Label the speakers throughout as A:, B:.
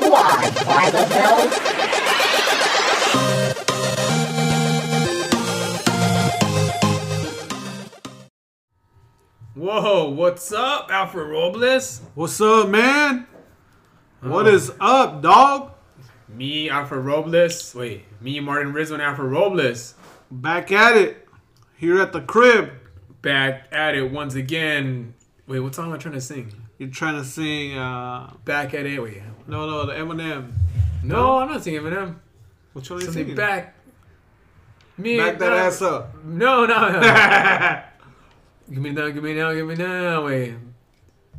A: God, why the hell?
B: Whoa, what's up, Alfred Robles?
C: What's up, man? What is up, dog?
B: Me, Alfred Robles. Wait, me, Martin Rizzo, and Alfred Robles.
C: Back at it. Here at the crib.
B: Back at it once again. Wait, what song am I trying to sing?
C: You're trying to sing, uh,
B: Back at it. Wait,
C: no, no, the Eminem.
B: no, I'm not singing Eminem.
C: Which one are you
B: Something
C: singing?
B: back. Me
C: Back that
B: no,
C: ass up.
B: No, no, no. give me now, give me now, give me now. Wait.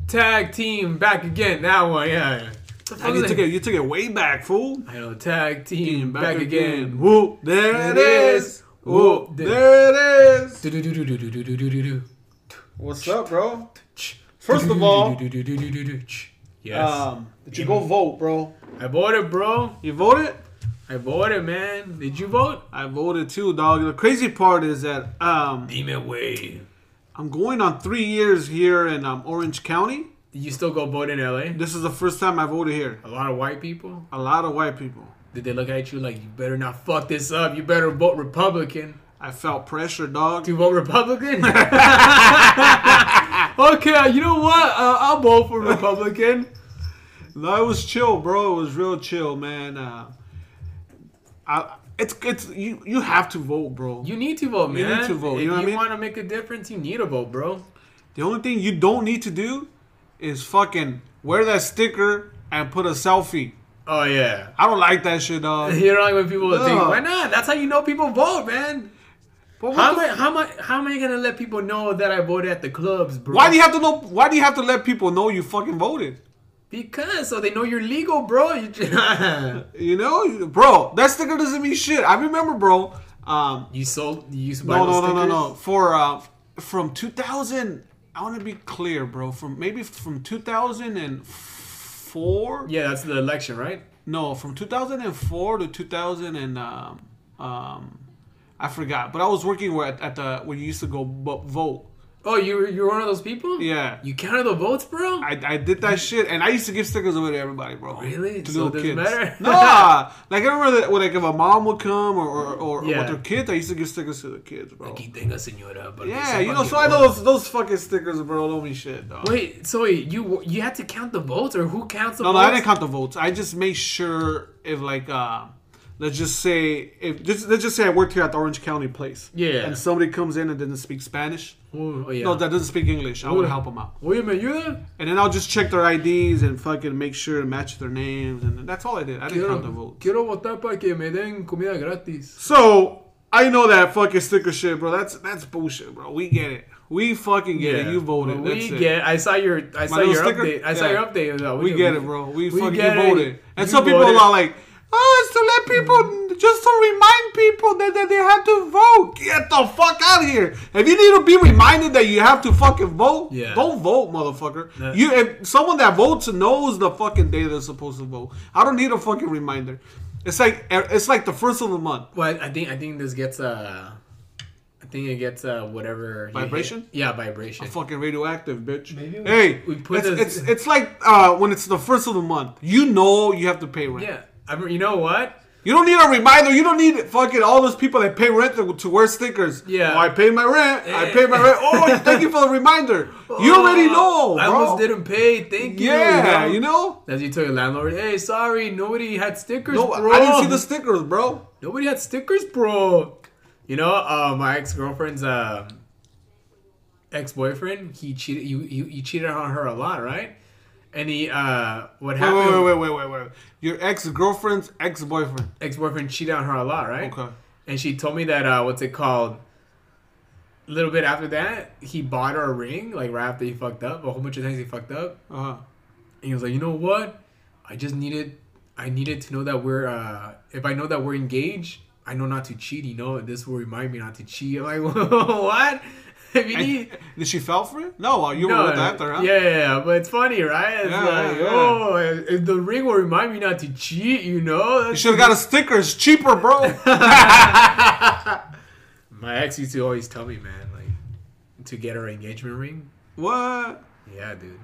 B: Tag team back again. That one, yeah. yeah. The fuck
C: And you
B: is
C: took
B: that?
C: it, you took it way back, fool.
B: I know. Tag team back, again.
C: Whoop, there it is. Whoop,
B: Whoop,
C: there it is.
B: Do do do do do do do do do do.
C: What's up, bro? First of all,
B: yes.
C: um, did you go vote, bro?
B: I voted, bro.
C: You voted?
B: I voted, man. Did you vote?
C: I voted too, dog. The crazy part is that um,
B: Demon Wave.
C: I'm going on three years here in um, Orange County.
B: Did you still go vote in LA?
C: This is the first time I voted here.
B: A lot of white people?
C: A lot of white people.
B: Did they look at you like, you better not fuck this up. You better vote Republican?
C: I felt pressure, dog.
B: To vote Republican? okay, you know what? Uh, I'll vote for Republican.
C: No, it was chill, bro. It was real chill, man. Uh, I, it's it's you you have to vote, bro.
B: You need to vote, man.
C: You need to vote,
B: If
C: you know what I mean?
B: want to make a difference, you need to vote, bro.
C: the only thing you don't need to do is fucking wear that sticker and put a selfie.
B: Oh, yeah.
C: I don't like that shit, dog.
B: You know, like when people would think,
C: No.
B: why not? That's how you know people vote, man.
C: But what
B: How am,
C: the
B: I,
C: f-
B: how, am I, how am I gonna let people know that I voted at the clubs, bro?
C: why do you have to know? Why do you have to let people know you fucking voted?
B: Because so they know you're legal, bro. You ju-
C: You know, You- bro. That sticker doesn't mean shit. I remember, bro. Um,
B: you sold. You used to buy
C: no, no,
B: those
C: no, no,
B: stickers?
C: no. For uh, from 2000, I want to be clear, bro. From maybe from 2004.
B: Yeah, that's the election, right?
C: No, from 2004 to 2000 and um, um, I forgot. But I was working where at, at the where you used to go bo- vote.
B: Oh, you were- you were one of those people.
C: Yeah.
B: You counted the votes, bro.
C: I, I did that shit, and I used to give stickers away to everybody, bro.
B: Really?
C: To
B: So it doesn't matter?
C: nah, like I remember that when like if a mom would come or or, or
B: Yeah.
C: with their kids, I used to give stickers to the kids, bro.
B: Aquí tenga, señora, porque
C: yeah,
B: sepa
C: you know, so
B: que
C: I know
B: voto.
C: those, those fucking stickers, bro. Don't mean shit, dog.
B: Wait, so wait, you you had to count the votes, or who counts the
C: No, no,
B: votes?
C: I didn't count the votes. I just made sure if like uh, let's just say if just let's just say I worked here at the Orange County place.
B: Yeah.
C: And somebody comes in and doesn't speak Spanish.
B: Oh, oh, yeah.
C: No, that doesn't speak English. I would help them out,
B: Wait a minute, you there?
C: and then I'll just check their IDs and fucking make sure to match their names, and that's all I did. I didn't count the
B: Quiero,
C: votes.
B: quiero votar para que me den comida gratis.
C: So I know that fucking sticker shit, bro. That's that's bullshit, bro. We get it. We fucking get it. You voted.
B: We
C: that's it.
B: get. I saw your. I saw
C: little
B: your
C: sticker?
B: update. I saw
C: Yeah.
B: your update. No,
C: We get it, bro. We, fucking
B: get it.
C: voted. And
B: You
C: some people
B: voted.
C: are like, oh, it's to let people, just to remind people that, that they have to vote. Get the fuck out of here. If you need to be reminded that you have to fucking vote,
B: Yeah.
C: don't vote, motherfucker.
B: That-
C: You, if someone that votes knows the fucking day they're supposed to vote. I don't need a fucking reminder. It's like it's like the first of the month.
B: Well, I think I think this gets uh, I think it gets uh, whatever you hit.
C: Vibration?
B: Yeah, vibration.
C: Fucking radioactive, bitch.
B: Maybe we-
C: hey,
B: we put
C: it's,
B: this-
C: it's it's like uh, when it's the first of the month. You know you have to pay rent.
B: yeah, I mean, you know what?
C: You don't need a reminder. You don't need fucking all those people that pay rent to, to wear stickers.
B: Yeah.
C: Oh, I paid my rent. I paid my rent. Oh, thank you for the reminder. You already know, bro.
B: I almost didn't pay. Thank you.
C: Yeah, you know.
B: As you tell your landlord, hey, sorry, nobody had stickers,
C: No,
B: bro.
C: I didn't see the stickers, bro.
B: Nobody had stickers, bro. You know, uh, my ex girlfriend's um, ex boyfriend, he cheated. You, you you cheated on her a lot, right? And he, uh, what
C: Wait,
B: happened?
C: wait, wait, wait, wait, wait. Your ex girlfriend's ex boyfriend.
B: Ex boyfriend cheated on her a lot, right?
C: Okay.
B: And she told me that uh, what's it called? A little bit after that, he bought her a ring, like right after he fucked up. A whole bunch of times he fucked up,
C: Uh huh.
B: and he was like, "You know what? I just needed, I needed to know that we're, uh, if I know that we're engaged, I know not to cheat. You know, this will remind me not to cheat." I'm like, "What? If you need,
C: Did she fell for it? No, well, you
B: no,
C: were with after, huh?
B: yeah, yeah, yeah, but it's funny, right? It's
C: Yeah,
B: like,
C: yeah, yeah.
B: oh, if the ring will remind me not to cheat. You know,
C: You
B: That's-
C: should have got a sticker. It's cheaper, bro.
B: My ex used to always tell me, man, like to get her engagement ring.
C: what?
B: Yeah, dude.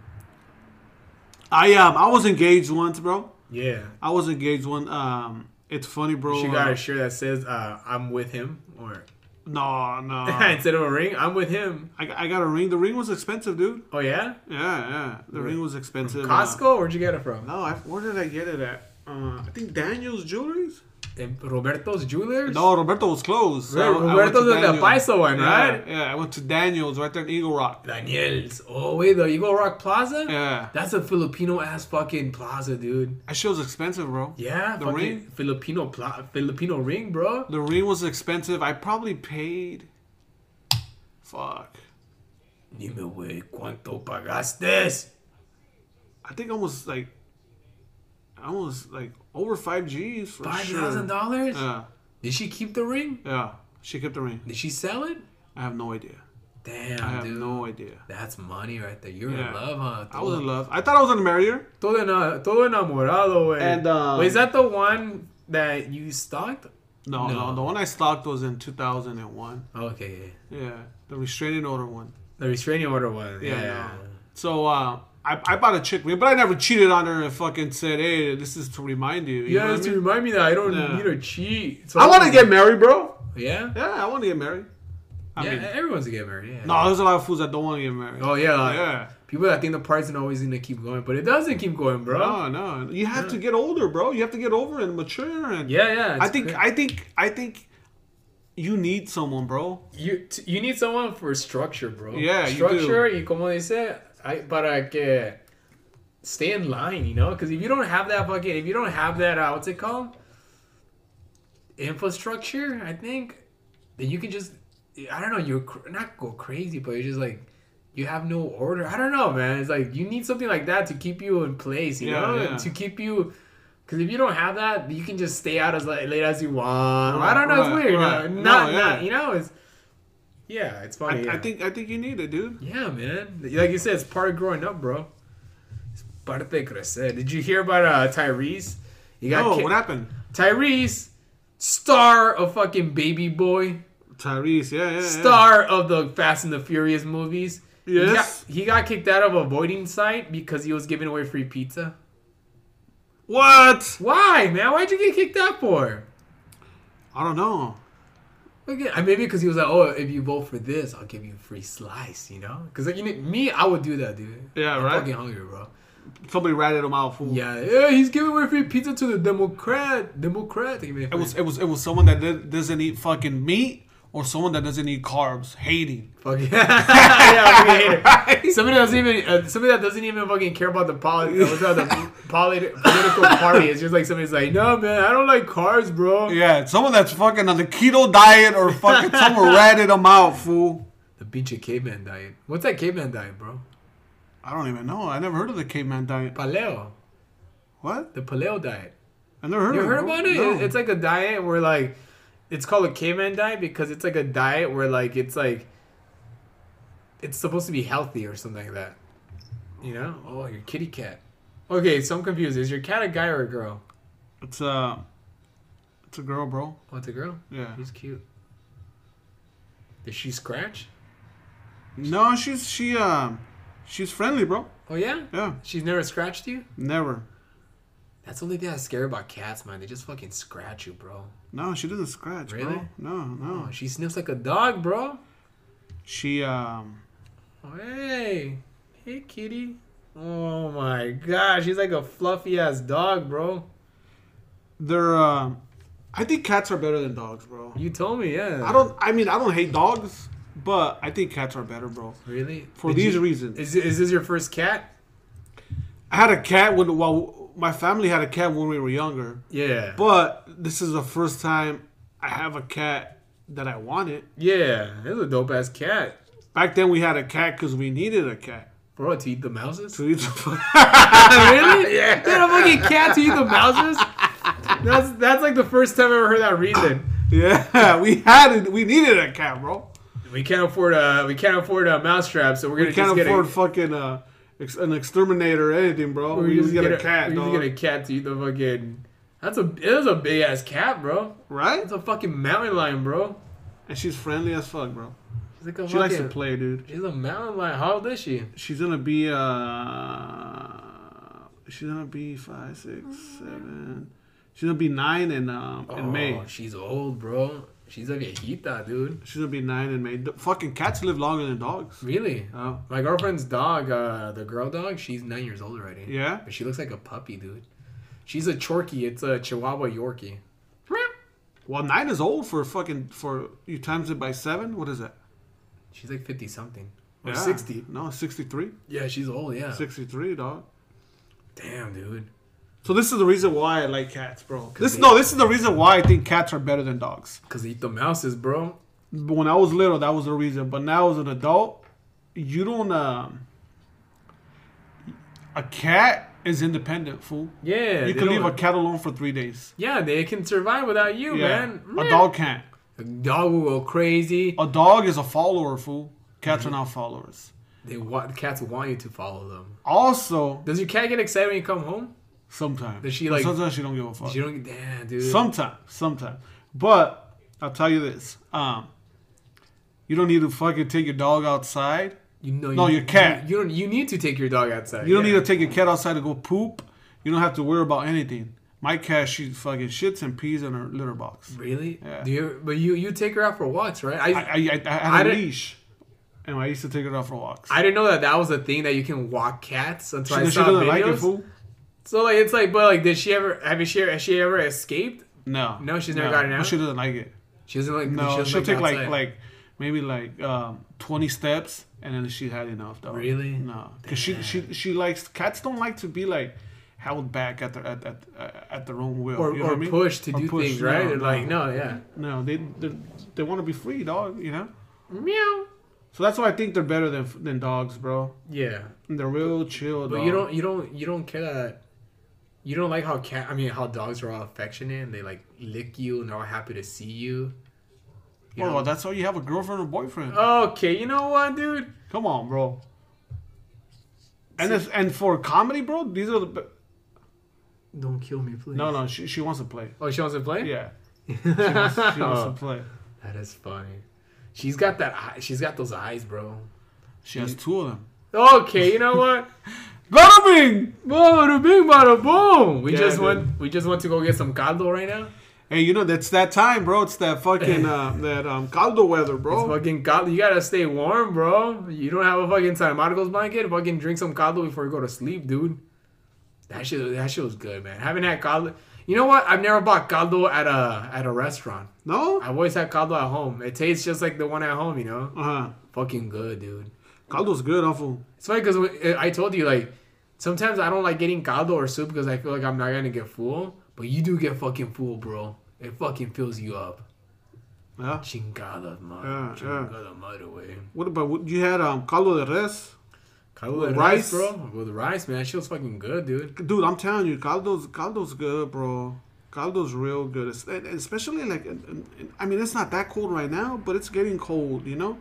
C: I um, I was engaged once, bro.
B: Yeah.
C: I was engaged when um it's funny, bro.
B: She
C: uh,
B: got a shirt that says uh, "I'm with him" or
C: no, no. I,
B: instead of a ring, "I'm with him."
C: I got a ring. The ring was expensive, dude.
B: Oh yeah,
C: Yeah, yeah. The ring was expensive. Uh,
B: Costco. Where'd you get it from?
C: no, I, where did I get it at? Uh, I think Daniel's Jewelries.
B: In Roberto's Jewelers.
C: No, Roberto was closed.
B: Right,
C: I- I went
B: Roberto's
C: to
B: was the
C: Daniel.
B: Paiso one,
C: Yeah,
B: right?
C: Yeah, I went to Daniel's right there in Eagle Rock.
B: Daniel's. Oh wait, the Eagle Rock Plaza.
C: Yeah,
B: That's a Filipino ass fucking plaza, dude.
C: that shit was expensive, bro.
B: Yeah,
C: The
B: fucking
C: ring?
B: Filipino pla- Filipino ring, bro.
C: The ring was expensive. I probably paid. Fuck.
B: Dime, güey, ¿cuánto pagaste?
C: I think almost like, almost like over five G's for
B: Five
C: sure.
B: thousand dollars?
C: Yeah,
B: Did she keep the ring?
C: yeah. She kept the ring.
B: Did she sell it?
C: I have no idea.
B: Damn,
C: I have
B: dude.
C: no idea.
B: That's money right there. You're
C: Yeah.
B: in love, huh?
C: I was in love. I thought I was gonna marry her.
B: Todo, ena- todo enamorado, güey.
C: And, um,
B: Wait, is that the one that you stalked?
C: No, no,
B: No.
C: The one I stalked was in 2001.
B: Oh, Okay, yeah.
C: Yeah, the restraining order one.
B: The restraining order one. Yeah.
C: Yeah. no. So uh, I, I bought a chick ring, but I never cheated on her and fucking said, "Hey, this is to remind you." you know
B: Yeah,
C: what
B: it's
C: I,
B: to remind me that I don't
C: Yeah.
B: need to cheat. So
C: I want to get married, bro.
B: Yeah?
C: Yeah, I want to get married. I
B: yeah,
C: mean,
B: everyone's to get married. Yeah.
C: no, there's a lot of fools that don't want to get married.
B: Oh, yeah. like,
C: yeah.
B: People that think the party's not always going to keep going, but it doesn't keep going, bro.
C: No, no. You have to get older, bro. You have to get over and mature. And
B: Yeah, yeah.
C: I
B: it's
C: think,
B: cra-
C: I think, I think, you need someone, bro.
B: you t- you need someone for structure, bro.
C: Yeah, you
B: structure. You como dice, I, para que stay in line, you know. Because if you don't have that fucking, if you don't have that, uh, what's it called? Infrastructure, I think. Then you can just, I don't know, you're cr- not go crazy, but you're just like, you have no order. I don't know, man. It's like you need something like that to keep you in place, you
C: Yeah,
B: know,
C: yeah.
B: to keep you. Because if you don't have that, you can just stay out as like, late as you want. I don't know.
C: Right,
B: it's weird.
C: right.
B: No,
C: No,
B: not,
C: yeah.
B: not, you know, it's yeah, it's
C: I,
B: funny. yeah.
C: I think, I think you need it, dude.
B: Yeah, man. Like you said, it's part of growing up, bro. It's parte de crecer. Did you hear about uh, Tyrese? You got
C: No,
B: ki-
C: what happened?
B: Tyrese, star of fucking Baby Boy,
C: Tyrese, yeah, yeah, yeah.
B: star of the Fast and the Furious movies. He got-
C: Yes.
B: He got, kicked out of a voiding site because he was giving away free pizza.
C: What?
B: Why, man? Why'd you get kicked out for?
C: I don't know.
B: Okay, I- maybe because he was like, "Oh, if you vote for this, I'll give you a free slice," you know? Because like, you know, me, I would do that, dude.
C: Yeah,
B: I'm
C: right?
B: Fucking hungry, bro.
C: Somebody ratted him out, fool.
B: Yeah, yeah, he's giving away free pizza to the Democrat. Democrat. He made
C: It
B: free-
C: was it was it was someone that did- doesn't eat fucking meat or someone that doesn't eat carbs, hating.
B: fuck yeah. yeah we hate it. Somebody that doesn't even uh, somebody that doesn't even fucking care about the poli- uh, what's that, the polit- political party. It's just like somebody's like, no man, I don't like cars, bro.
C: Yeah, someone that's fucking on the keto diet or fucking someone ratted them out, fool.
B: The pinche caveman diet. What's that caveman diet, bro?
C: I don't even know. I never heard of the caveman diet.
B: Paleo,
C: What?
B: the paleo diet.
C: I never heard
B: You
C: of
B: heard
C: it. bro.
B: about it?
C: No.
B: It- It's like a diet where like it's called a caveman diet because it's like a diet where like it's like it's supposed to be healthy or something like that. You know? Oh, your kitty cat. Okay, so I'm confused. Is your cat a guy or a girl?
C: it's uh it's a girl, bro.
B: Oh, it's a girl.
C: Yeah.
B: He's cute. Does she scratch?
C: No, she's she um she's friendly, bro.
B: Oh yeah.
C: Yeah.
B: She's never scratched you.
C: Never.
B: That's the only thing that's scary about cats, man. They just fucking scratch you, bro.
C: No, she doesn't scratch,
B: Really?
C: bro. No, no.
B: Oh, she sniffs like a dog, bro.
C: She um
B: Oh, hey, hey, kitty. Oh my gosh, she's like a fluffy ass dog, bro.
C: they're um I think cats are better than dogs, bro.
B: You told me, yeah.
C: I don't. I mean, I don't hate dogs, but I think cats are better, bro.
B: really
C: For
B: Did
C: these
B: you-
C: reasons,
B: Is is this your first cat?
C: I had a cat when well, my family had a cat when we were younger,
B: Yeah.
C: but this is the first time I have a cat that I wanted.
B: yeah, it's a dope ass cat,
C: Back then, we had a cat because we needed a cat
B: bro. To eat the mouses.
C: to eat the
B: really? Yeah. Dude, a fucking cat to eat the mouses. That's that's like the first time I ever heard that reason.
C: yeah, we had it. We needed a cat, bro.
B: We can't afford a we can't afford a mousetrap, so we're gonna
C: We can't
B: just get
C: afford
B: a,
C: fucking uh, ex- an exterminator or anything, bro.
B: we're
C: we just
B: just
C: get
B: gonna-
C: a cat,
B: We're just
C: dog.
B: gonna cat to eat the fucking. That's a that's a big ass cat, bro.
C: right?
B: That's a fucking mountain lion, bro.
C: And she's friendly as fuck, bro.
B: She's like a
C: She likes to
B: fucking-
C: play, dude.
B: She's a mountain lion. How old is she?
C: She's gonna be uh she's gonna be five, six, seven. She's gonna be nine in um
B: Oh,
C: in May.
B: she's old, bro. She's a viejita, dude.
C: She's gonna be nine in May. The fucking cats live longer than dogs.
B: Really?
C: Oh
B: My girlfriend's dog, uh, the girl dog, she's nine years old already.
C: yeah.
B: But she looks like a puppy, dude. She's a chorky. It's a Chihuahua Yorkie. Meow.
C: Well, nine is old for fucking for you times it by seven. What is that?
B: She's like 50 something. Or Oh.
C: Yeah.
B: 60.
C: No, 63.
B: Yeah, she's old, yeah.
C: 63, dog.
B: Damn, dude.
C: So this is the reason why I like cats, bro. This
B: they-
C: no, this is the reason why I think cats are better than dogs.
B: Because they eat the mouses, bro.
C: But when I was little, that was the reason. But now as an adult, you don't. Um, a cat is independent, fool.
B: Yeah. they
C: you can leave
B: don't-
C: a cat alone for three days.
B: Yeah, they can survive without you,
C: Yeah,
B: man.
C: a dog can't.
B: A dog will go crazy.
C: A dog is a follower, fool. Cats
B: Mm-hmm.
C: are not followers.
B: They want cats want you to follow them.
C: Also,
B: Does your cat get excited when you come home?
C: sometimes
B: Does she,
C: But
B: like-
C: Sometimes she don't give a fuck.
B: You don't. Damn, dude.
C: Sometimes, sometimes. But I'll tell you this: um, you don't need to fucking take your dog outside.
B: you know.
C: No,
B: you,
C: your cat.
B: You, you don't. You need to take your dog outside.
C: You don't
B: yeah.
C: need to take your cat outside to go poop. You don't have to worry about anything. My cat, she fucking shits and pees in her litter box.
B: Really?
C: Yeah.
B: Do you? But you you take her out for walks, right?
C: I,
B: I I,
C: I, I, I
B: I
C: had a
B: didn't-
C: leash, and I used to take it out for walks.
B: didn't know that that was a thing that you can walk cats until
C: she,
B: I
C: she
B: saw
C: doesn't
B: videos.
C: like it, fool.
B: So like it's like, but like, did she ever? Have she? Has she ever escaped?
C: No,
B: No, she's never gotten
C: But
B: out?
C: she doesn't like it.
B: She doesn't like. she
C: No,
B: doesn't
C: she'll take like
B: outside.
C: like maybe like um, twenty steps, and then she had enough. Though.
B: Really?
C: No, because she she she likes cats. Don't like to be like held back at their at at, uh, at their own will
B: or,
C: you know
B: or
C: what I mean?
B: push to
C: Or
B: do
C: push.
B: things, right?
C: No,
B: They're
C: no,
B: like, no, yeah.
C: no, they they, they want to be free, dog. You know.
B: Meow.
C: So that's why I think they're better than than dogs, bro.
B: Yeah,
C: And they're real chill.
B: but
C: dog.
B: you don't, you don't, you don't care that. You don't like how cat. I mean, how dogs are all affectionate and they like lick you and they're all happy to see you. you Uh.
C: Well,
B: know?
C: that's why you have a girlfriend or boyfriend.
B: okay, you know what, dude?
C: Come on, bro. And if, and for comedy, bro, these are the be-
B: Don't kill me, please.
C: no no. She, she wants to play.
B: Oh, she wants to play. Oh,
C: Yeah. She wants, she wants to play.
B: That is funny. She's got that. Eye, she's got those eyes, bro.
C: She has two of them.
B: Okay, you know what?
C: Gotta bing!
B: Bada bing, bada boom. We
C: Yeah,
B: just
C: dude.
B: went. We just went to go get some caldo right now.
C: Hey, you know that's that time, bro. It's that fucking uh, that um caldo weather,
B: It's
C: bro.
B: fucking caldo. You gotta stay warm, bro. You don't have a fucking San Marcos blanket. Fucking drink some caldo before you go to sleep, dude. That shit. That shit was good, man. Haven't had caldo. You know what? I've never bought caldo at a at a restaurant.
C: No.
B: I've always had caldo at home. It tastes just like the one at home, you know.
C: Uh huh.
B: Fucking good, dude.
C: Caldo's good, awful.
B: It's funny because I told you like sometimes I don't like getting caldo or soup because I feel like I'm not gonna get full, but you do get fucking full, bro. It fucking fills you up.
C: Yeah.
B: Chingada mother,
C: Yeah, yeah.
B: chingada mother, way.
C: What about what, you had um caldo de res?
B: Caldo with
C: rice?
B: rice, bro. With rice, man, that shit was fucking good, dude.
C: Dude, I'm telling you, caldo's caldo's good, bro. Caldo's real good, Es- and- and especially like in- in- I mean, it's not that cold right now, but it's getting cold. You know,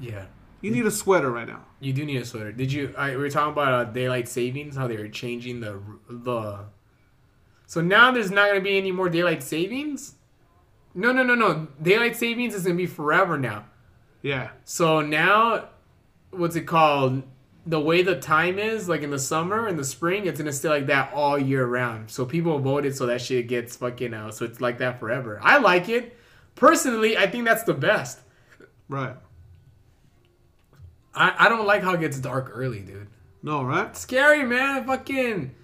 B: Yeah,
C: you need a sweater right now.
B: you do need a sweater. Did you? I, we were talking about uh, daylight savings, how they were changing the the. So now there's not gonna be any more daylight savings. No, no, no, no. Daylight savings is gonna be forever now.
C: Yeah,
B: So now, what's it called? The way the time is, like in the summer and the spring, it's gonna stay like that all year round. So people voted so that shit gets fucking out. So it's like that forever. I like it. Personally, I think that's the best.
C: right.
B: I, I don't like how it gets dark early, dude.
C: No, right?
B: Scary, man. Fucking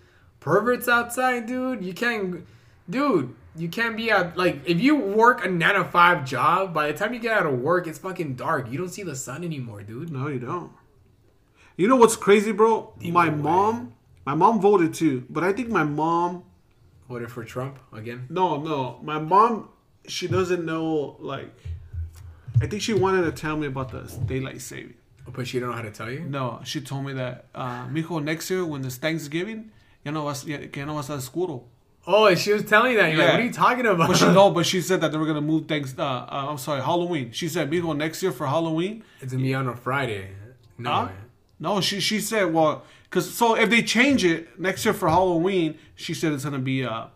B: perverts outside, dude. You can't, dude. You can't be out. Like, if you work a nine to five job, by the time you get out of work, it's fucking dark. You don't see the sun anymore, dude.
C: No, you don't. You know what's crazy, bro? my
B: way.
C: mom, my mom voted too, but I think my mom.
B: What if for Trump again?
C: No, no, my mom. She doesn't know. Like, I think she wanted to tell me about the daylight saving.
B: Oh, But she don't know how to tell you.
C: No, she told me that, uh, mijo, next year when it's Thanksgiving, ya no vas, ya, que ya no vas a oscuro.
B: Oh, she was telling you that. You're
C: Yeah.
B: like, what are you talking about?
C: But she no, but she said that they were gonna move thanks. Uh, uh, I'm sorry, Halloween. She said, mijo, next year for Halloween,
B: it's gonna be on a Friday. No.
C: Huh? No, she she said well, cause so if they change it next year for Halloween, she said it's gonna be uh,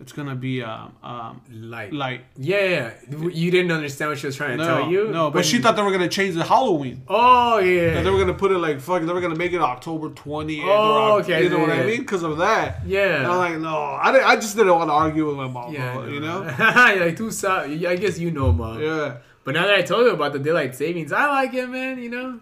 C: it's gonna be um, um,
B: Like,
C: light.
B: yeah, yeah, yeah. you didn't understand what she was trying to
C: No,
B: tell you.
C: no, but she thought they were gonna change the Halloween.
B: Oh
C: That they
B: yeah,
C: were gonna put it like fucking. They were gonna make it October twentieth.
B: Oh, okay,
C: You know what
B: yeah,
C: I
B: yeah.
C: mean? Because of that.
B: Yeah.
C: And I'm like, no, I, didn't, I just didn't want to argue with my mom.
B: yeah. I
C: bro, you know.
B: like too sorry. I guess you know, mom.
C: yeah.
B: But now that I told you about the daylight savings, I like it, man. You know,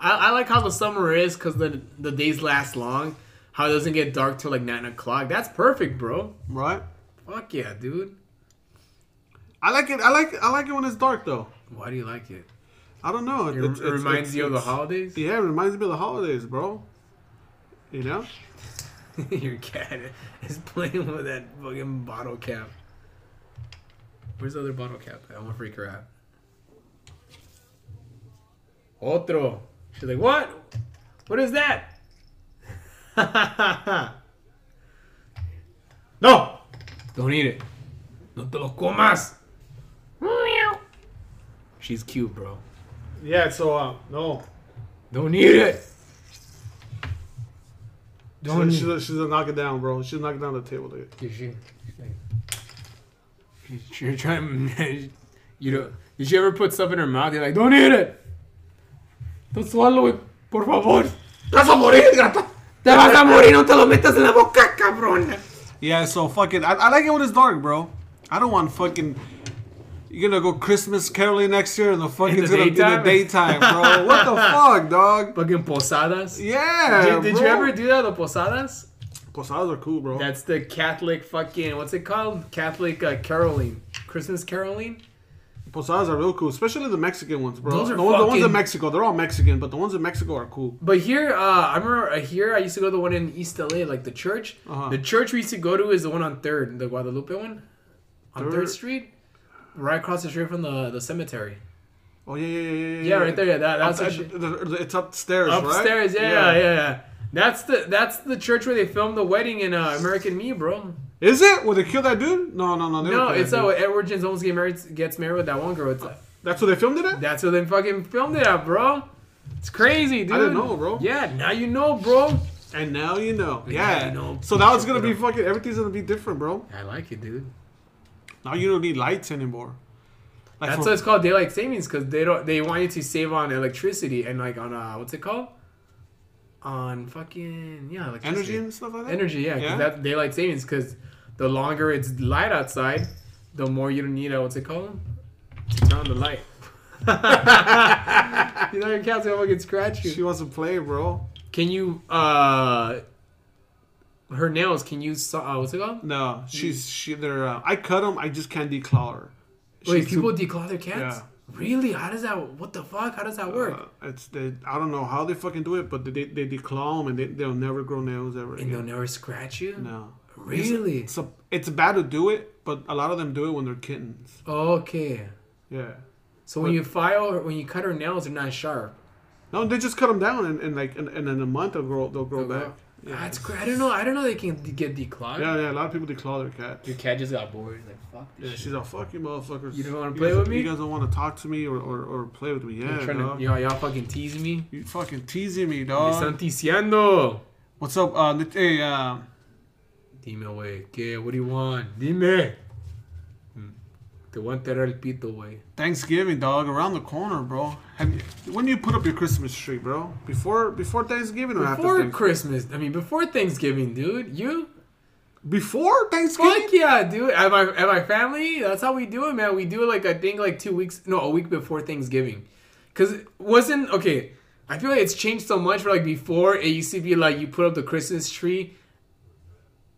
B: I, I like how the summer is because the the days last long. How it doesn't get dark till like nine o'clock. That's perfect, bro.
C: Right.
B: Fuck yeah, dude.
C: I like it. I like. I like it when it's dark though.
B: Why do you like it?
C: I don't know.
B: It, it reminds you of the holidays.
C: Yeah, it reminds me of the holidays, bro. You know.
B: Your cat is playing with that fucking bottle cap. Where's the other bottle cap? I'm gonna freak her out. Otro. She's like, what? What is that?
C: No.
B: Don't eat it. No te lo comas. She's cute, bro.
C: Yeah. So um, no.
B: Don't eat it. Don't.
C: She's, she's, she's gonna knock it down, bro. She's knocking down the table, dude.
B: You should. You're trying. You know. Did you ever put stuff in her mouth? You're like, don't eat it. Don't swallow it, por favor.
C: That's a morir, gata.
B: Te vas a morir, no te lo metas en la boca, cabrón.
C: Yeah, so fucking, I, I like it when it's dark, bro. I don't want fucking. You're gonna go Christmas caroling next year and the fucking
B: the
C: it's gonna be in the
B: daytime?
C: daytime, bro. what the fuck, dog?
B: Fucking posadas.
C: Yeah.
B: Did, did you
C: bro.
B: ever do that, the posadas?
C: Posadas are cool, bro.
B: That's the Catholic fucking what's it called? Catholic uh, caroling, Christmas caroling.
C: Posadas are real cool, especially the Mexican ones, bro.
B: Those are
C: the, ones, the ones in
B: fucking-
C: Mexico, they're all Mexican, but the ones in Mexico are cool.
B: But here, uh, I remember uh, here I used to go to the one in East LA, like the church.
C: Uh-huh.
B: The church we used to go to is the one on Third, the Guadalupe one, on
C: Third?
B: Third Street, right across the street from the the cemetery.
C: Oh yeah, yeah, yeah, yeah.
B: Yeah, right there. Yeah, that, that's
C: Up-
B: what she-
C: uh, the- the- it's upstairs, right?
B: upstairs. Yeah, yeah, yeah, That's the that's the church where they filmed the wedding in uh, American Me, bro.
C: Is it? Will they kill that dude? No, no, no. They don't
B: No,
C: kill that
B: it's how
C: dude.
B: Edward James almost get married, gets married with that one girl. It's,
C: That's what they filmed it at.
B: That's what they fucking filmed it at, bro. It's crazy, dude.
C: didn't know, bro.
B: Yeah, now you know, bro.
C: And now you know.
B: Yeah,
C: Yeah.
B: you know.
C: So now it's gonna be fucking everything's gonna be different, bro.
B: I like it, dude.
C: Now you don't need lights anymore. Like
B: That's
C: for-
B: why it's called daylight savings because they don't they want you to save on electricity and like on uh what's it called? On fucking yeah,
C: energy
B: electricity.
C: and stuff like that.
B: Energy, yeah, because
C: Yeah?
B: that daylight savings because the longer it's light outside, the more you don't need uh what's it called? To turn on the light. you know your cat's gonna fucking scratch you.
C: She wants to play, bro.
B: Can you uh her nails? Can you so- uh, what's it called?
C: No, she's she. They're. Uh, I cut them. I just can't declaw her.
B: Wait,
C: She's
B: people declaw their cats?
C: Yeah.
B: Really? How does that? What the fuck? How does that
C: too-
B: work?
C: uh, it's they, I don't know how they fucking do it, but they they declaw them and they they'll never grow nails ever
B: and they'll
C: again.
B: never scratch you?
C: No.
B: Really?
C: It's, a, it's bad to do it, but a lot of them do it when they're kittens.
B: Okay.
C: Yeah.
B: So when you file, when you cut her nails, they're not sharp.
C: No, they just cut them down and, and like and, and in a month they'll grow they'll grow back. Yeah.
B: That's great. I don't know. I don't know they can de- get declawed.
C: Yeah, yeah, a lot of people declaw their cats.
B: Your cat just got bored. Like fuck this
C: Yeah,
B: shit.
C: she's all fuck you motherfuckers.
B: You don't wanna
C: want
B: play with me?
C: You guys don't want to talk to me or, or, or play with me. Yeah,
B: You're trying
C: dog.
B: to, y'all, y'all fucking tease me.
C: You fucking teasing me,
B: Me
C: dog.
B: están ticiando.
C: What's up? Uh, Nat- hey, uh,
B: Dime, wey. ¿Qué? What do you want? Dime. Hmm. Te voy a enterrar el pito, wey.
C: Thanksgiving, dog, around the corner, bro. Have you, when do you put up your Christmas tree, bro? Before before Thanksgiving or after
B: Before
C: Thanksgiving?
B: Christmas. I mean, before Thanksgiving, dude. You?
C: Before Thanksgiving?
B: Fuck yeah, dude. At my at my family, that's how we do it, man. We do it like I think like two weeks, no, a week before Thanksgiving. Cause it wasn't okay. I feel like it's changed so much. Where like before, it used to be like you put up the Christmas tree,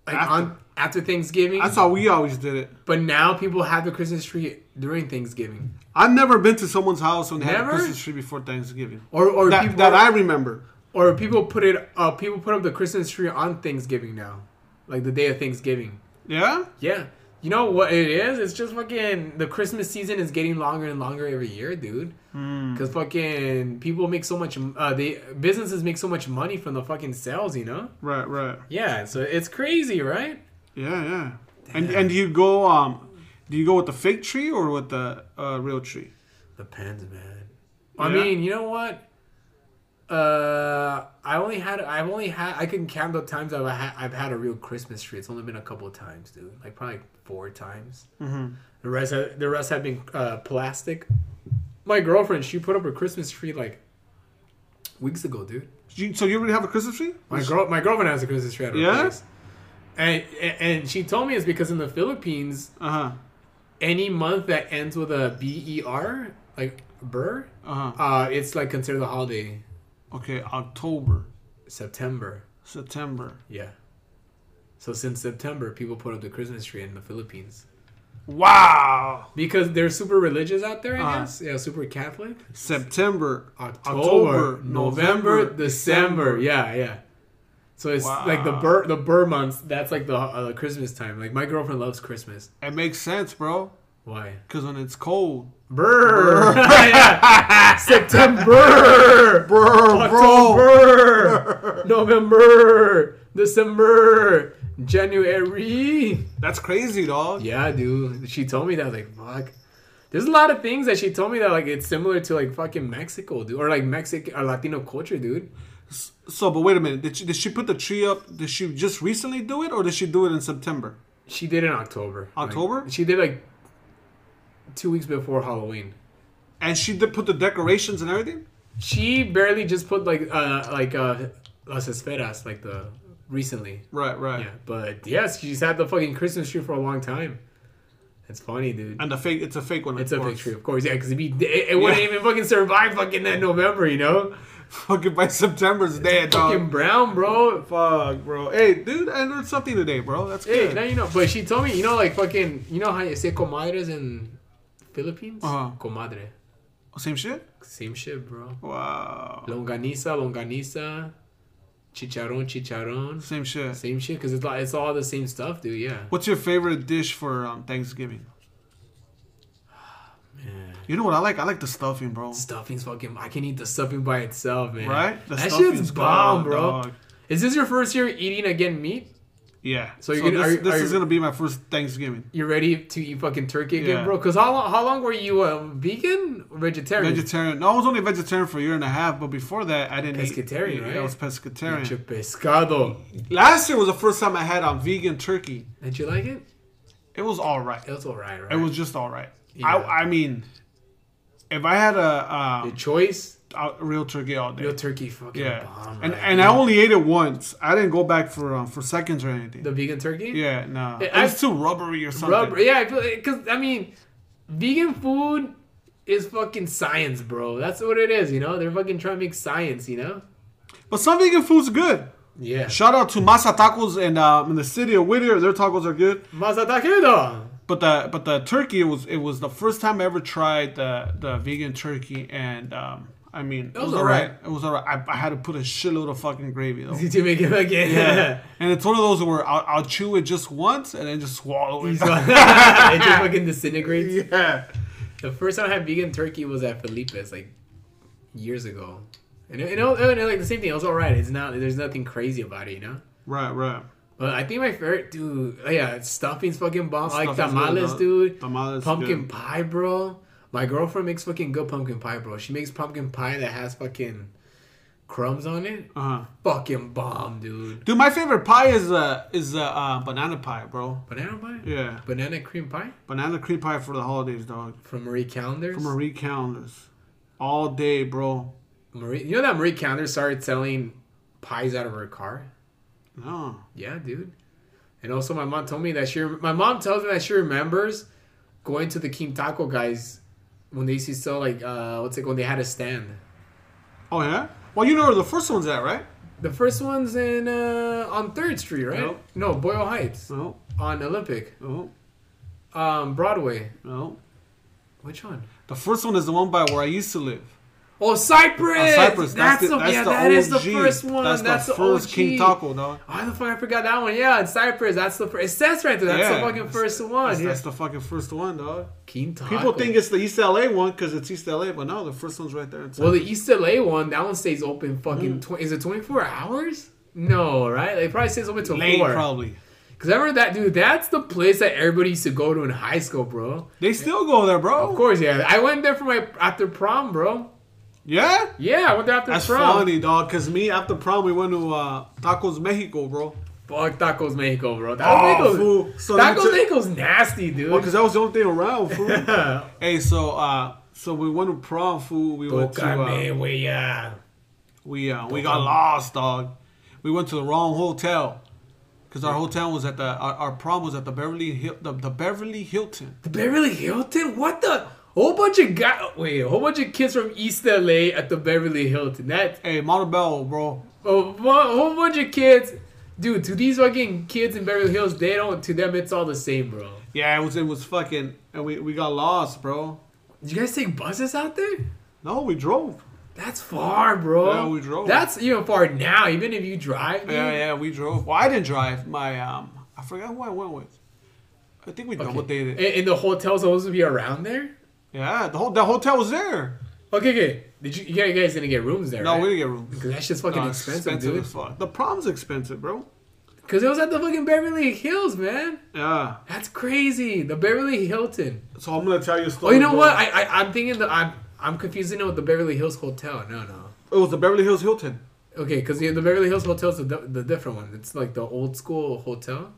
B: like
C: After.
B: on after Thanksgiving.
C: That's how we always did it.
B: But now people have the Christmas tree during Thanksgiving,
C: I've never been to someone's house when they had a
B: Never?
C: Christmas tree before Thanksgiving.
B: or or
C: That,
B: people
C: that I remember.
B: or people put it uh, people put up the Christmas tree on Thanksgiving now, like the day of Thanksgiving.
C: Yeah?
B: Yeah. You know what it is? It's just fucking the Christmas season is getting longer and longer every year, dude. Because fucking people make so much, uh, they businesses make so much money from the fucking sales, you know?
C: Right, right.
B: Yeah, so it's crazy, right?
C: Yeah, yeah. And and do you go um do you go with the fake tree or with the uh, real tree?
B: Depends, man. I
C: Yeah.
B: mean, you know what? Uh, I only had I've only had I can count the times I've had I've had a real Christmas tree. It's only been a couple of times, dude. Like probably four times. The rest ha- the rest have been uh, plastic. My girlfriend she put up her Christmas tree like weeks ago, dude.
C: You, so you already have a Christmas tree?
B: My girl, my girlfriend has a Christmas tree at her
C: Yeah?
B: place. And, and and she told me it's because in the Philippines,
C: Uh huh.
B: any month that ends with a B E R, like E burr,
C: Uh huh.
B: uh, it's like considered a holiday.
C: Okay, October,
B: September,
C: September.
B: yeah. So since September, people put up the Christmas tree in the Philippines
C: Wow.
B: because they're super religious out there. I
C: Uh-huh.
B: guess, yeah, super Catholic.
C: September,
B: October,
C: October,
B: November,
C: November,
B: December. Yeah, yeah. So it's
C: Wow.
B: like the burr the burr months. That's like the uh, Christmas time. Like my girlfriend loves Christmas.
C: It makes sense, bro.
B: Why?
C: Cause when it's cold.
B: Brr. Yeah. September.
C: Bro,
B: October. November. December. January.
C: That's crazy, dog.
B: Yeah, dude. She told me that. Like, fuck. There's a lot of things that she told me that like it's similar to like fucking Mexico, dude, or like Mexican or Latino culture, dude.
C: So, but wait a minute. Did she, did she put the tree up? Did she just recently do it, or did she do it in September?
B: She did in October. Like,
C: October?
B: she did like two weeks before Halloween.
C: And she did put the decorations and everything.
B: She barely just put like uh like uh Las Esferas like the recently.
C: Right, right.
B: Yeah, but yes, she's had the fucking Christmas tree for a long time. It's funny, dude.
C: And the fake, it's a fake one. of
B: It's a fake
C: course.
B: tree, of course. Yeah, because it, be- it, it wouldn't even fucking survive fucking that November, you know?
C: Fucking by September's dead,
B: Fucking
C: dog.
B: brown, bro.
C: Fuck, bro. Hey, dude, I learned something today, bro. That's
B: Hey,
C: good.
B: now you know. But she told me, you know, like fucking, you know how you say comadres in Philippines?
C: Uh-huh.
B: Comadre.
C: Same shit.
B: Same shit, bro.
C: Wow.
B: Longaniza, longaniza. Chicharron, chicharron.
C: Same shit.
B: Same shit, because it's, like, it's all the same stuff, dude, yeah.
C: What's your favorite dish for um, Thanksgiving?
B: Man.
C: You know what I like? I like the stuffing, bro.
B: Stuffing's fucking. I can eat the stuffing by itself, man.
C: Right? The
B: that
C: stuffing's
B: shit's
C: good,
B: bomb, bro.
C: dog.
B: Is this your first year eating again meat?
C: Yeah.
B: So
C: So,
B: you're
C: you
B: gonna-
C: this,
B: are-
C: this
B: are
C: is
B: you-
C: gonna be my first Thanksgiving.
B: You ready to eat fucking turkey again,
C: Yeah.
B: bro? Cause how long? How long were you a vegan, or vegetarian?
C: Vegetarian. No, I was only vegetarian for a year and a half, but before that, I didn't. eat-
B: Pescatarian,
C: yeah,
B: right?
C: I was pescatarian.
B: Pinche pescado.
C: Last year was the first time I had um, vegan turkey.
B: Did you like it?
C: It was all right.
B: It was alright, right?
C: It was just all right.
B: Yeah.
C: I, I mean, if I had a, uh
B: the choice.
C: a real turkey all day,
B: Real turkey, fucking
C: yeah,
B: bomb.
C: and
B: right?
C: and I only ate it once. I didn't go back for um, for seconds or anything.
B: the vegan turkey.
C: yeah, no, nah.
B: I-
C: it's too rubbery or something.
B: Rubber. Yeah, I feel because I mean, vegan food is fucking science, bro. That's what it is. You know, they're fucking trying to make science. You know.
C: But some vegan food's good.
B: Yeah.
C: Shout out to Masa Tacos and um, in the city of Whittier, their tacos are good.
B: Masatakedo.
C: But the but the turkey it was it was the first time I ever tried the the vegan turkey and um I mean it
B: was
C: was alright it was alright I, I had to put a shitload of fucking gravy though
B: Did you make it again? Yeah.
C: and it's one of those where I'll, I'll chew it just once and then just swallow it
B: it just fucking disintegrates.
C: yeah
B: The first time I had vegan turkey was at Felipe's like years ago. And it, and it- and it- like the same thing, it was alright. It's not there's nothing crazy about it, you know?
C: right right
B: But I think my favorite dude oh yeah, stuffing's fucking bomb. I like
C: Stuffing's
B: tamales,
C: good,
B: dude.
C: tamales
B: pumpkin
C: good.
B: pie, bro. My girlfriend makes fucking good pumpkin pie, bro. She makes pumpkin pie that has fucking crumbs on it.
C: uh huh
B: Fucking bomb, dude.
C: dude my favorite pie is uh is uh, uh banana pie bro
B: Banana pie?
C: yeah
B: Banana cream pie?
C: banana cream pie for the holidays dog
B: From Marie Callender's?
C: from Marie Callender's all day bro
B: Marie, you know that Marie Callender started selling pies out of her car.
C: no
B: Yeah, dude. And also, my mom told me that she. My mom tells me that she remembers going to the King Taco guys when they used to sell like uh, what's it when they had a stand.
C: oh yeah well you know where the first one's at right
B: The first one's in uh, on Third Street, right?
C: Nope.
B: No, Boyle Heights
C: no
B: on Olympic,
C: no
B: um, Broadway.
C: no
B: Which one?
C: The first one is the one by where I used to live.
B: Oh, Cypress.
C: Uh, Cypress.
B: That's,
C: That's,
B: the,
C: the, that's
B: yeah,
C: the
B: that is the
C: OG.
B: first one. That's, the,
C: first
B: OG.
C: King Taco, dog.
B: Why the fuck I forgot that one? Yeah, it's Cypress. That's the first. It says right there. That's the
C: Yeah.
B: fucking first one.
C: That's,
B: Yeah.
C: that's the fucking first one, dog.
B: King Taco.
C: People think it's the East LA one because it's East LA, but no, the first one's right there. in
B: Well,
C: Cypress.
B: the East LA one, that one stays open
C: Mm.
B: fucking. Tw- is it 24 hours? No, right? It probably stays open till
C: late,
B: four.
C: probably.
B: Because I remember that dude. That's the place that everybody used to go to in high school, bro.
C: They still go there, bro.
B: Of course, yeah. I went there for my after prom, bro.
C: Yeah?
B: Yeah, I went there after
C: That's
B: the prom.
C: funny, dog. Cause me after prom we went to uh, Tacos Mexico, bro.
B: Fuck Tacos Mexico, bro.
C: Oh,
B: Tacos,
C: fool.
B: Mexico,
C: So let me
B: Tacos
C: tell-
B: Mexico's nasty, dude.
C: Well, cause that was the only thing around, fool.
B: Yeah.
C: hey, so uh, so we went to prom, fool. We went to
B: Tócame,
C: uh,
B: güey, yeah.
C: we uh, we got lost, dog. We went to the wrong hotel. Cause our hotel was at the our, our prom was at the Beverly Hil- the, the Beverly Hilton.
B: The Beverly Hilton? What the? Whole bunch of guy, wait, a whole bunch of kids from East LA at the Beverly Hilton. That
C: Hey, Montebello, bro.
B: a bu- whole bunch of kids, dude. To these fucking kids in Beverly Hills, they don't. To them, it's all the same, bro.
C: Yeah, it was it was fucking and we, we got lost, bro.
B: Did you guys take buses out there?
C: No, we drove.
B: That's far, bro.
C: Yeah, we drove.
B: That's even far now. Even if you drive, dude.
C: Yeah, yeah, we drove. Well, I didn't drive. My um, I forgot who I went with. I think we double dated.
B: And, and the hotel's supposed to be around there.
C: yeah, the whole the hotel was there.
B: Okay, okay. Did you? You guys didn't get rooms there?
C: No,
B: right?
C: we didn't get rooms.
B: Cause that shit's fucking
C: No, it's
B: expensive, dude.
C: as fuck. The prom's expensive, bro.
B: Cause it was at the fucking Beverly Hills, man.
C: Yeah.
B: That's crazy. The Beverly Hilton.
C: So I'm gonna tell you a
B: Oh,
C: story.
B: you know
C: bro.
B: what? I, I I'm thinking the I'm I'm confusing it with the Beverly Hills Hotel. No, no.
C: it was the Beverly Hills Hilton.
B: Okay, because the, the Beverly Hills Hotel is the, the different one. It's like the old school hotel.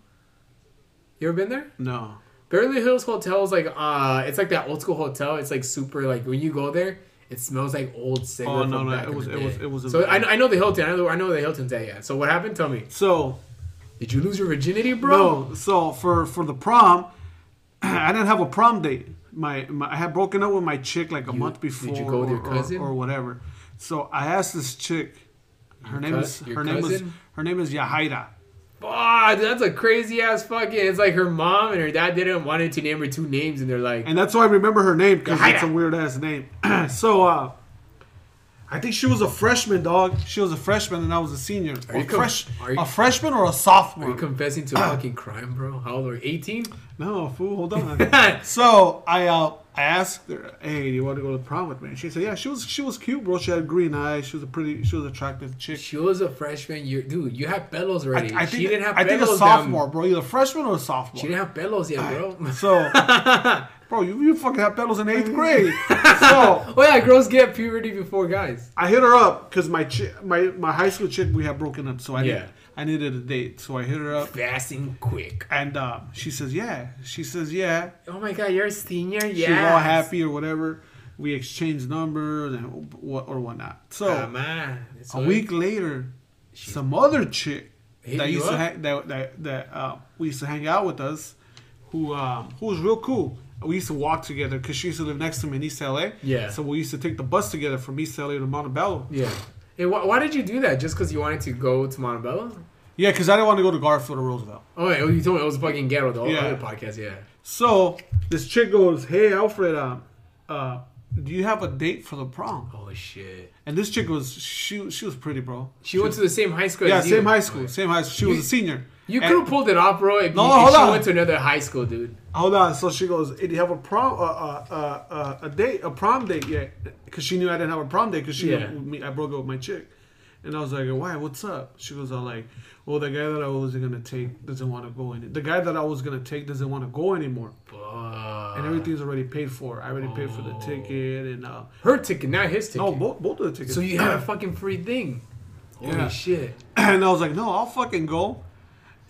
B: You ever been there?
C: No.
B: Beverly Hills Hotel is like uh, it's like that old school hotel. It's like super like when you go there, it smells like old cigarette.
C: Oh, no,
B: from
C: no,
B: back
C: it
B: in
C: was-
B: the
C: it
B: day.
C: was- it was a-
B: So I, know- I know the Hilton. I know, I know the Hilton's at yeah. So what happened? Tell me.
C: So
B: Did you lose your virginity, bro?
C: bro, so for for the prom, I didn't have a prom date. My, my I had broken up with my chick like a month
B: did
C: before.
B: you go with your
C: or-
B: cousin?
C: or, whatever? So I asked this chick. Her name
B: cous-
C: is
B: your
C: her name is
B: cousin?
C: her name is Yahaira.
B: Ah, dude, that's a crazy ass fucking. It's like her mom and her dad didn't wanted to name her two names, and they're like,
C: and that's why I remember her name because
B: Yahaira.
C: it's a weird ass name. so uh, I think she was a freshman, dog. She was a freshman, and I was a senior.
B: Are
C: a,
B: you com-
C: fresh,
B: are you-
C: a freshman or a
B: "Are you
C: sophomore?
B: confessing to a fucking crime, bro? How old are you? 18?
C: no, fool, hold on. so I uh, I asked her, "Hey, do you want to go to prom with me?" And she said, "Yeah." She was she was cute, bro. She had green eyes. She was a pretty. She was an attractive chick.
B: she was a freshman. You, dude, you had pelos
C: I,
B: already.
C: I
B: she
C: think
B: didn't have.
C: I think a
B: pelos
C: sophomore,
B: down-
C: bro. Either freshman or a sophomore.
B: She didn't have pelos yet, bro.
C: so, bro, you, you fucking had pedals in eighth grade. so
B: Oh yeah, girls get puberty before guys.
C: I hit her up because my chi- my my high school chick we had broken up, so I
B: Yeah.
C: need, I needed a date, so I hit her up,
B: Fast and quick.
C: and um, she says yeah, she says yeah,
B: Oh my god, you're a senior. Yeah.
C: she's all happy or whatever. We exchanged numbers and what or whatnot. So
B: Ah, man.
C: Oh. a week later, some other chick
B: Hit
C: that
B: you
C: used to
B: up?
C: hang, that that that uh, we used to hang out with us, who um, who was real cool. We used to walk together because she used to live next to me in East LA.
B: Yeah.
C: So we used to take the bus together from East LA to Montebello.
B: Yeah. Hey, why, why did you do that? Just because you wanted to go to Montebello?
C: Yeah, because I didn't want to go to Garfield or Roosevelt.
B: Oh, wait, you told me it was fucking ghetto. The whole
C: Yeah.
B: other podcast, yeah.
C: So this chick goes, "Hey Alfred, uh, uh, do you have a date for the prom?"
B: Oh shit.
C: And this chick was she she was pretty, bro.
B: She went to the same high school.
C: Yeah,
B: as you.
C: same high school, same high school. She was a senior.
B: You
C: And-
B: could have pulled it off, bro. If
C: No,
B: you,
C: hold
B: if
C: on.
B: She went to another high school, dude.
C: Hold on. So she goes, "Hey, "Do you have a prom uh, uh, uh, uh, a date a prom date yet?" Because she knew I didn't have a prom date because she
B: Yeah.
C: me, I broke up with my chick, and I was like, "Why? What's up?" She goes, "I like, well, the guy that I was gonna take doesn't want to go any. The guy that I was gonna take doesn't want to go anymore, and
B: Fuck.
C: everything's already paid for. I already paid for
B: Oh.
C: the ticket and uh,
B: Her ticket, not his ticket.
C: no, both both of the tickets.
B: So you had a fucking free thing. Holy
C: Yeah.
B: shit.
C: and I was like, "No, I'll fucking go."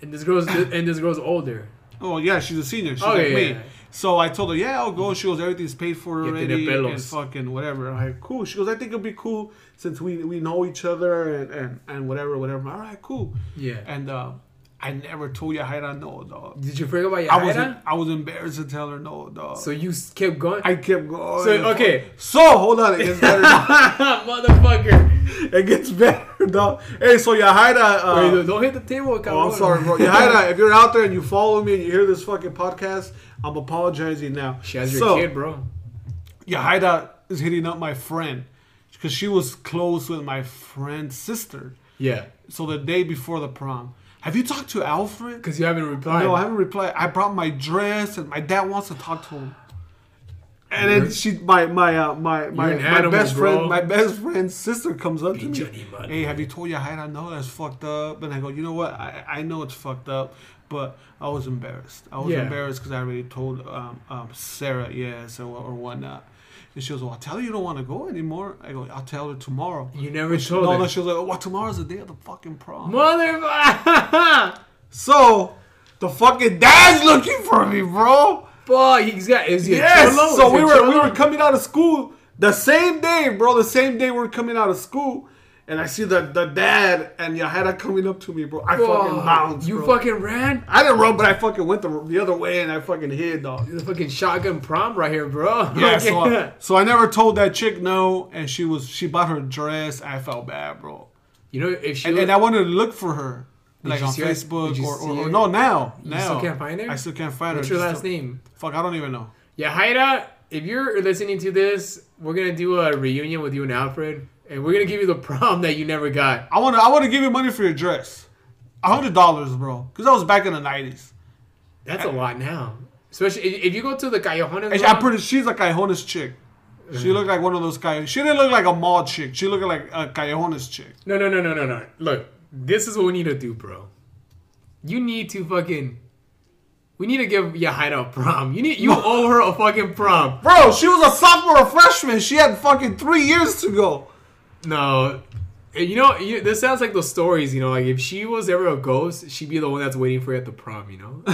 B: And this girl's and this girl's older.
C: Oh yeah, she's a senior. She's
B: Oh,
C: like
B: yeah,
C: me.
B: yeah.
C: So I told her, yeah, I'll go. She goes, everything's paid for
B: Get to the
C: already, and
B: pillows.
C: fucking whatever. I'm like, cool. She goes, I think it'll be cool since we we know each other and and, and whatever, whatever. All right, cool.
B: Yeah.
C: And uh, I never told Yahaira no, dog.
B: Did you forget about
C: I was
B: Yahaira?
C: I was embarrassed to tell her no, dog.
B: So you s- kept going.
C: I kept going.
B: So, okay.
C: So hold on, it gets better.
B: Motherfucker.
C: it gets better, dog. Hey, so Yahaira. Uh,
B: Wait, don't- don't hit the table.
C: Oh,
B: cabrón.
C: I'm sorry, bro. Yahaira, if you're out there and you follow me and you hear this fucking podcast, I'm apologizing now.
B: She has your
C: so,
B: kid, bro.
C: Yahaira is hitting up my friend because she was close with my friend's sister.
B: Yeah.
C: So the day before the prom, have you talked to Alfred?
B: Because you haven't replied.
C: No, I haven't replied. I brought my dress, and my dad wants to talk to him. And then
B: Weird.
C: she, my my uh, my my,
B: an
C: my
B: animal,
C: best friend,
B: bro.
C: my best friend's sister comes up to me.
B: Johnny, man.
C: Hey, have you told your height? I know that's fucked up. And I go, you know what? I, I know it's fucked up, But I was embarrassed. I was
B: Yeah.
C: embarrassed because I already told um, um, Sarah yes or, or whatnot. And she was, well, I tell her you don't want to go anymore. I go, I'll tell her tomorrow.
B: You never
C: She-
B: told
C: no, no,
B: her.
C: she was like, oh, well, tomorrow's the day of the fucking prom.
B: Motherfucker!
C: So, the fucking dad's looking for me, bro.
B: Boy, he's got. Is he a
C: Yes.
B: cholo?
C: So
B: Is he
C: we
B: a
C: were we
B: cholo?
C: were coming out of school the same day, bro. The same day we were coming out of school, and I see the the dad and Yahada coming up to me, bro. I fucking
B: Boy,
C: bounced.
B: You
C: bro.
B: fucking ran.
C: I didn't run, but I fucking went the, the other way and I fucking hid, dog.
B: The fucking shotgun prom right here, bro.
C: Yeah,
B: Like,
C: so, I, so I never told that chick no, and she was she bought her dress. I felt bad, bro,
B: you know if she
C: and,
B: was-
C: and I wanted to look for her, like
B: you
C: on
B: see her? Did
C: Facebook
B: you
C: or,
B: see
C: or, or
B: her?
C: no now now
B: still can't find her?
C: I still can't find
B: what's
C: her.
B: your
C: Just
B: last
C: don't-
B: name?
C: Fuck, I don't even know.
B: Yeah, Haida, if you're listening to this, we're gonna do a reunion with you and Alfred, and we're gonna give you the prom that you never got.
C: I want to I want to give you money for your dress. A hundred dollars, bro. Cause that was back in the nineties.
B: That's a lot now, especially if if you go to the Callejones.
C: And
B: one,
C: I'm pretty. She's a callejones chick. She looked like one of those guys. She didn't look like a mall chick. She looked like a callejones chick.
B: No, no, no, no, no, no. Look, this is what we need to do, bro. You need to fucking. We need to give Yahaira a prom. You need you owe her a fucking prom.
C: Bro, she was a sophomore or freshman. She had fucking three years to go.
B: No, And you know you, this sounds like those stories. You know, like if she was ever a ghost, she'd be the one that's waiting for you at the prom. You know.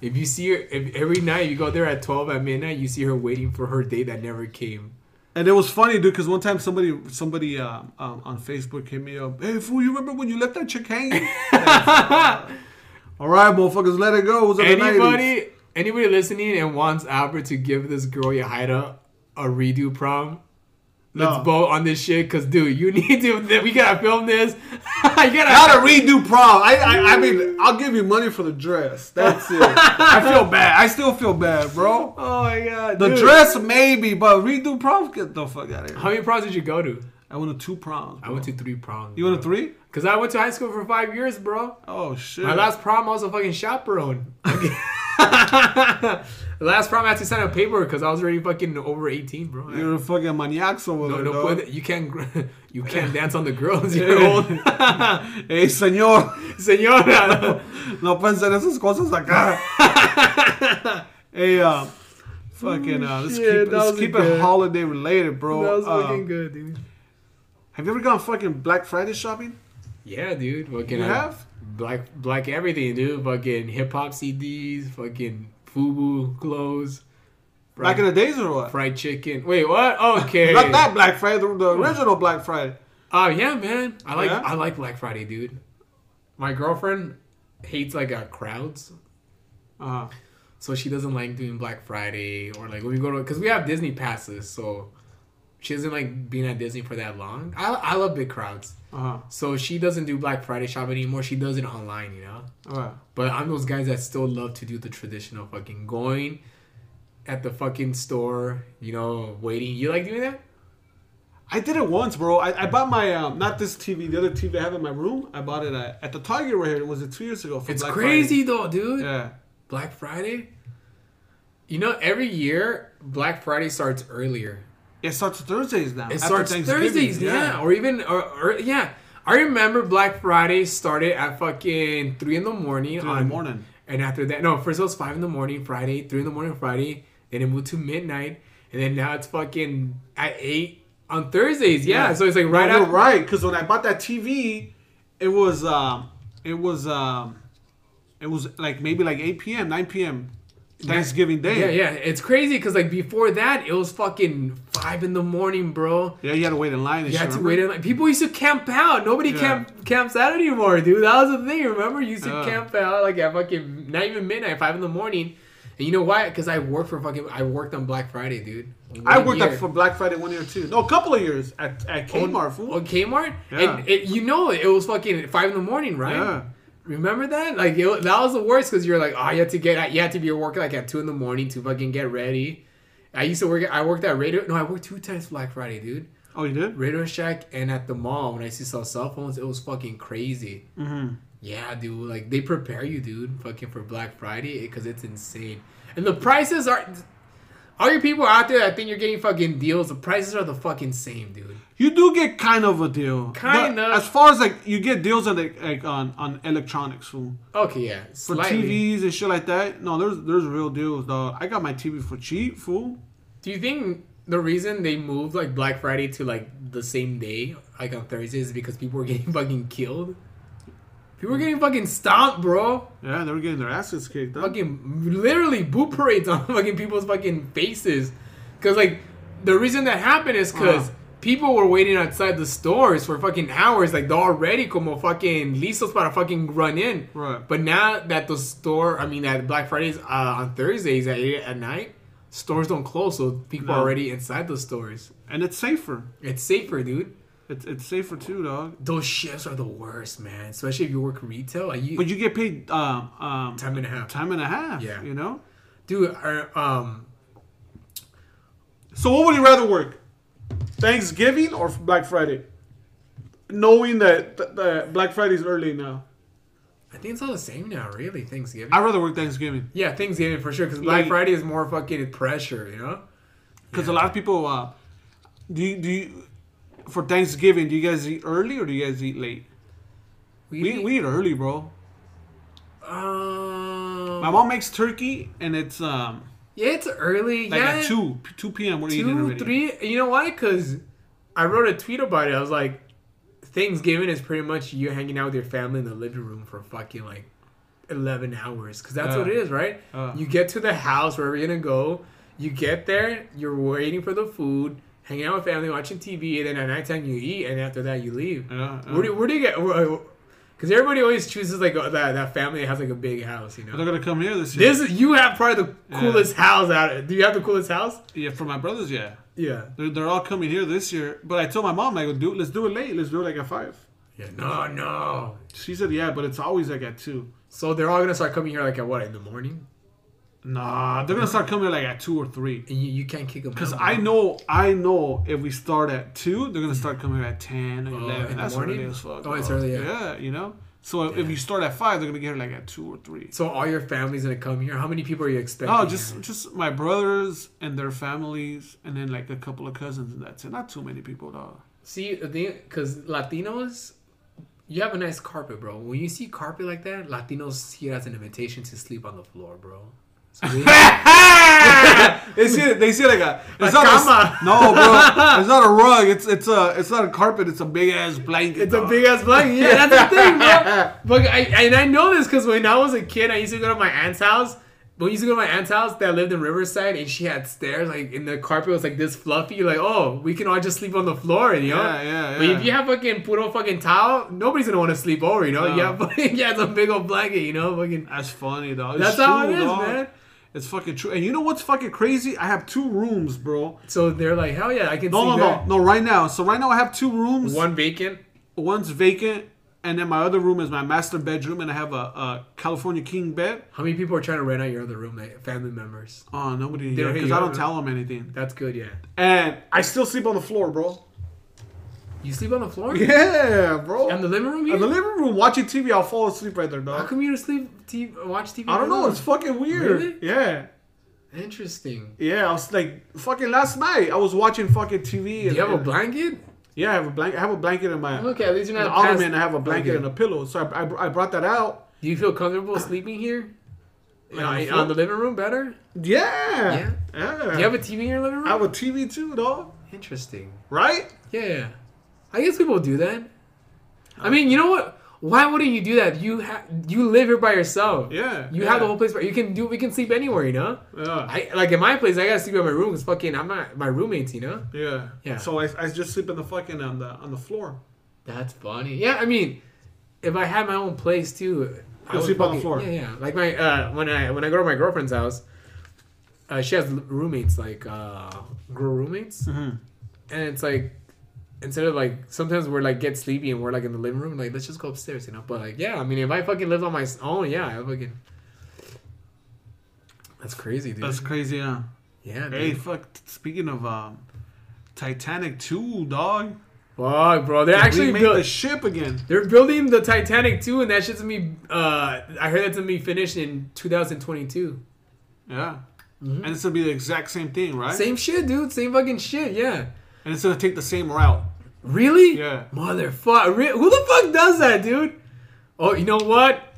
B: if you see her if, every night, you go there at twelve at midnight. You see her waiting for her date that never came.
C: And it was funny, dude, because one time somebody somebody um, um, on Facebook hit me up. Hey, fool, you remember when you left that chick hanging? All right, motherfuckers, let it go. It was in the 90s.
B: Anybody, anybody listening and wants Albert to give this girl Yahaira a redo prom?
C: No.
B: Let's vote on this shit, cause dude, you need to. We gotta film this. you gotta.
C: Not a redo prom. I, I I mean, I'll give you money for the dress. That's it. I feel bad. I still feel bad, bro.
B: Oh my god,
C: The
B: dude.
C: dress maybe, but redo prom. Get the fuck out of
B: How
C: here.
B: many proms did you go to?
C: I went to two proms.
B: I went to three proms.
C: You went to three?
B: Cause I went to high school for five years, bro.
C: Oh shit.
B: My last prom, I was a fucking chaperone. the last prom, I had to sign a paper because I was already fucking over eighteen, bro.
C: You're a fucking maniacs over
B: No,
C: there,
B: no,
C: dog.
B: puede- you can't, gr- you can't dance on the girls. You're old,
C: Hey, señor.
B: señora.
C: No piensa en esas cosas acá. hey, uh, fucking, uh, let's
B: shit,
C: keep,
B: that
C: let's
B: was
C: keep
B: good.
C: it holiday related, bro.
B: that was
C: Uh,
B: fucking good, dude.
C: Have you ever gone fucking Black Friday shopping?
B: Yeah, dude. Fucking
C: You
B: uh,
C: have?
B: black, black everything, dude. Fucking hip hop CDs, fucking FUBU clothes,
C: Back in the days or what?
B: fried chicken. Wait, what? Okay,
C: Not that Black Friday, the, the original Black Friday.
B: Oh yeah, man. I like
C: Yeah?
B: I like Black Friday, dude. My girlfriend hates like uh, crowds,
C: Uh-huh.
B: so she doesn't like doing Black Friday or like when we go to because we have Disney passes, so she doesn't like being at Disney for that long. I I love big crowds,
C: Uh-huh.
B: so she doesn't do Black Friday shopping anymore. She does it online, you know.
C: All right.
B: But I'm those guys that still love to do the traditional fucking going at the fucking store, you know, waiting. You like doing that?
C: I did it once, bro. I, I bought my, um, not this TV, the other TV I have in my room. I bought it at, at the Target right here. It was it two years ago. For
B: It's
C: Black
B: crazy though, dude.
C: Friday. Yeah.
B: Black Friday? You know, every year Black Friday starts earlier.
C: It starts Thursdays now.
B: It
C: after
B: starts
C: Thanksgiving,
B: Thursdays, yeah. or even or, or yeah. I remember Black Friday started at fucking three in the morning.
C: Three in the morning.
B: And after that, no, first it was five in the morning Friday, three in the morning Friday. Then it moved to midnight, and then now it's fucking at eight on Thursdays. Yeah, so it's like right
C: No, you're
B: after.
C: right because when I bought that TV, it was um, it was um, it was like maybe like eight p.m., nine p.m. Thanksgiving Day.
B: Yeah, yeah, it's crazy because like before that it was fucking five in the morning, bro.
C: Yeah, you had to wait in line.
B: You
C: And shit,
B: had to
C: remember?
B: wait in line. People used to camp out. Nobody
C: Yeah.
B: camp camps out anymore, dude. That was the thing. Remember, you used to
C: Yeah.
B: camp out like at fucking not even midnight, five in the morning. And you know why? Because I worked for fucking. I worked on Black Friday, dude.
C: I
B: One
C: worked
B: year.
C: at for Black Friday one year too. No, a couple of years at at Kmart. fool.
B: on Kmart,
C: Yeah.
B: and it, you know it was fucking five in the morning, right?
C: Yeah.
B: Remember that? Like it, that was the worst because you're like, oh, you had to get, you had to be at work like at two in the morning to fucking get ready. I used to work. I worked at Radio. No, I worked two times Black Friday, dude.
C: Oh, you did?
B: Radio Shack and at the mall when I see sell cell phones, it was fucking crazy.
C: Mm-hmm.
B: Yeah, dude. Like they prepare you, dude, fucking for Black Friday because it's insane, and the prices are All you people out there that think you're getting fucking deals, the prices are the fucking same, dude.
C: You do get kind of a deal.
B: Kind
C: But
B: of.
C: As far as like you get deals on like, like on, on electronics fool.
B: Okay, yeah,
C: For
B: slightly.
C: TVs and shit like that. No, there's there's real deals though. I got my TV for cheap, fool.
B: Do you think the reason they moved like Black Friday to like the same day, like on Thursdays, is because people were getting fucking killed?
C: Mm.
B: People were getting fucking stomped, bro.
C: Yeah, they were getting their asses kicked. Huh?
B: fucking literally boot parades on fucking people's fucking faces. Cause like the reason that happened is because
C: Uh-huh.
B: people were waiting outside the stores for fucking hours. Like they're already como fucking listos para fucking run in.
C: Right.
B: But now that the store, I mean that Black Fridays uh, on Thudays at eight at night, stores don't close, so people
C: No.
B: are already inside the stores.
C: And it's safer.
B: It's safer, dude.
C: It's it's safer too, dog.
B: Those shifts are the worst, man. Especially if you work retail, like you,
C: But you get paid um um
B: time and a half.
C: time and a half.
B: Yeah.
C: You know?
B: Dude, uh, um,
C: So what would you rather work? Thanksgiving or Black Friday? Knowing that th- that Black Friday's early now.
B: I think it's all the same now. Really, Thanksgiving.
C: I'd rather work Thanksgiving.
B: Yeah, Thanksgiving for sure. Because Black
C: Like-
B: Friday is more fucking pressure, you know.
C: Because a lot of people, uh, do you, do you, for Thanksgiving, do you guys eat early or do you guys eat late? We, we eat early, bro.
B: um,
C: My mom makes turkey and it's um
B: yeah, it's early.
C: like
B: yeah,
C: at 2, 2 p.m. We're eating
B: two,
C: already.
B: three. You know why? Because I wrote a tweet about it. I was like, Thanksgiving is pretty much you hanging out with your family in the living room for fucking like eleven hours. Because that's
C: Uh,
B: what it is, right?
C: uh.
B: you get to the house wherever you're gonna go. You get there, you're waiting for the food, hanging out with family, watching TV, and then at nighttime you eat, and after that you leave.
C: Yeah, yeah.
B: Where do you, where do you get? Because everybody always chooses like oh, that that family that has like a big house, you
C: They're
B: know.
C: going to come here this year.
B: This is you have probably the coolest house out. Do you have the coolest house?
C: yeah, for my brothers, yeah.
B: Yeah.
C: They're, they're all coming here this year. But I told my mom, like, do, let's do it late. Let's do it like at 5.
B: Yeah. No, no.
C: She said, yeah, but it's always like at 2.
B: So they're all gonna start coming here like at what in the morning,
C: Nah, they're going to start coming like at 2 or 3.
B: and you, you can't kick them
C: Because I know, I know if we start at 2, they're going to start coming at 10 or 11.
B: Oh, in the
C: That's early
B: morning?
C: as fuck.
B: Oh, it's
C: bro.
B: early, yeah.
C: Yeah, you know? So if you start at 5, they're going to get here like at 2 or 3.
B: So all your family's gonna come here. How many people are you expecting?
C: No, just
B: here?
C: just my brothers and their families, and then like a couple of cousins, and that's it. Not too many people, though.
B: see because Latinos. You have a nice carpet, bro. When you see carpet like that, Latinos see it as an invitation to sleep on the floor, bro. So we-
C: they see they see like a it's
B: A
C: not
B: cama.
C: a, no bro it's not a rug it's it's a it's not a carpet it's a big ass blanket
B: It's a
C: dog.
B: big ass blanket. Yeah, that's the thing, bro. But I and I know this because when I was a kid, I used to go to my aunt's house. When I used to go to my aunt's house that lived in Riverside, and she had stairs, like and the carpet was like this fluffy. You're like, oh, we can all just sleep on the floor, you know.
C: Yeah, yeah,
B: But
C: yeah.
B: if you have fucking puro fucking towel, nobody's gonna want to sleep over, you know. Yeah,
C: No.
B: You have fucking yeah, it's a big old blanket, you know, fucking.
C: that's funny dog
B: That's how it is,
C: dog.
B: man.
C: it's fucking true and you know what's fucking crazy I have two rooms bro
B: So they're like, hell yeah, I can
C: no
B: sleep
C: no no no right now so right now I have two rooms
B: there. One vacant.
C: one's vacant and then my other room is my master bedroom and I have a, a California king bed
B: How many people are trying to rent out your other room, like family members?
C: oh nobody
B: don't hit
C: because
B: you
C: I
B: up,
C: don't
B: huh?
C: tell them anything
B: That's good, yeah.
C: and I still sleep on the floor bro
B: You sleep on the floor?
C: yeah bro
B: In the living room here?
C: In the living room, watching TV, I'll fall asleep right there,
B: How
C: dog.
B: come you don't sleep, t- watch TV?
C: I don't know. It's fucking weird.
B: Really?
C: Yeah,
B: interesting.
C: yeah. I was like, fucking last night, I was watching fucking TV.
B: Do
C: And,
B: you have a
C: and-
B: blanket?
C: Yeah, I have a blanket. I have a blanket in my
B: Okay, at least you're
C: the
B: not
C: ottoman.
B: past-
C: I have a blanket
B: Okay.
C: and a pillow. So I, I, I brought that out.
B: Do you feel comfortable sleeping here?
C: Like on the
B: Yeah,
C: floor?
B: on the living room, better.
C: Yeah.
B: Yeah.
C: Yeah.
B: Do you have a TV in your living room?
C: I have a TV too, dog.
B: Interesting.
C: Right?
B: Yeah, I guess people do that. I mean, you know what? Why wouldn't you do that? You have you live here by yourself.
C: Yeah,
B: You
C: yeah.
B: have the whole place. By- you can do. We can sleep anywhere. You know.
C: Yeah.
B: I like in my place. I gotta sleep in my room because fucking I'm not my roommates. You know.
C: yeah.
B: Yeah.
C: So I, I just sleep in the fucking on the on the floor.
B: That's funny. Yeah, I mean, if I had my own place too, I
C: You'll
B: would
C: sleep on the floor.
B: Yeah, yeah. Like my uh, when I when I go to my girlfriend's house, uh, she has l- roommates like uh, girl roommates,
C: Mm-hmm.
B: and it's like instead of like sometimes we're like get sleepy and we're like in the living room, like let's just go upstairs, you know. But like yeah, I mean, if I fucking lived on my s- own, yeah, I fucking. That's crazy, dude.
C: That's crazy, huh?
B: yeah, dude.
C: Hey, fuck. Speaking of um, Titanic 2, dog.
B: fuck, bro. They're actually
C: we made
B: built-
C: the ship again.
B: They're building the Titanic too, and that shit's gonna be. Uh, I heard that's gonna be finished in 2022.
C: Yeah. and it's gonna be the exact same thing, right?
B: Same shit, dude. Same fucking shit. Yeah.
C: And it's gonna take the same route.
B: Really?
C: Yeah.
B: Motherfucker. Re- who the fuck does that, dude? Oh, you know what?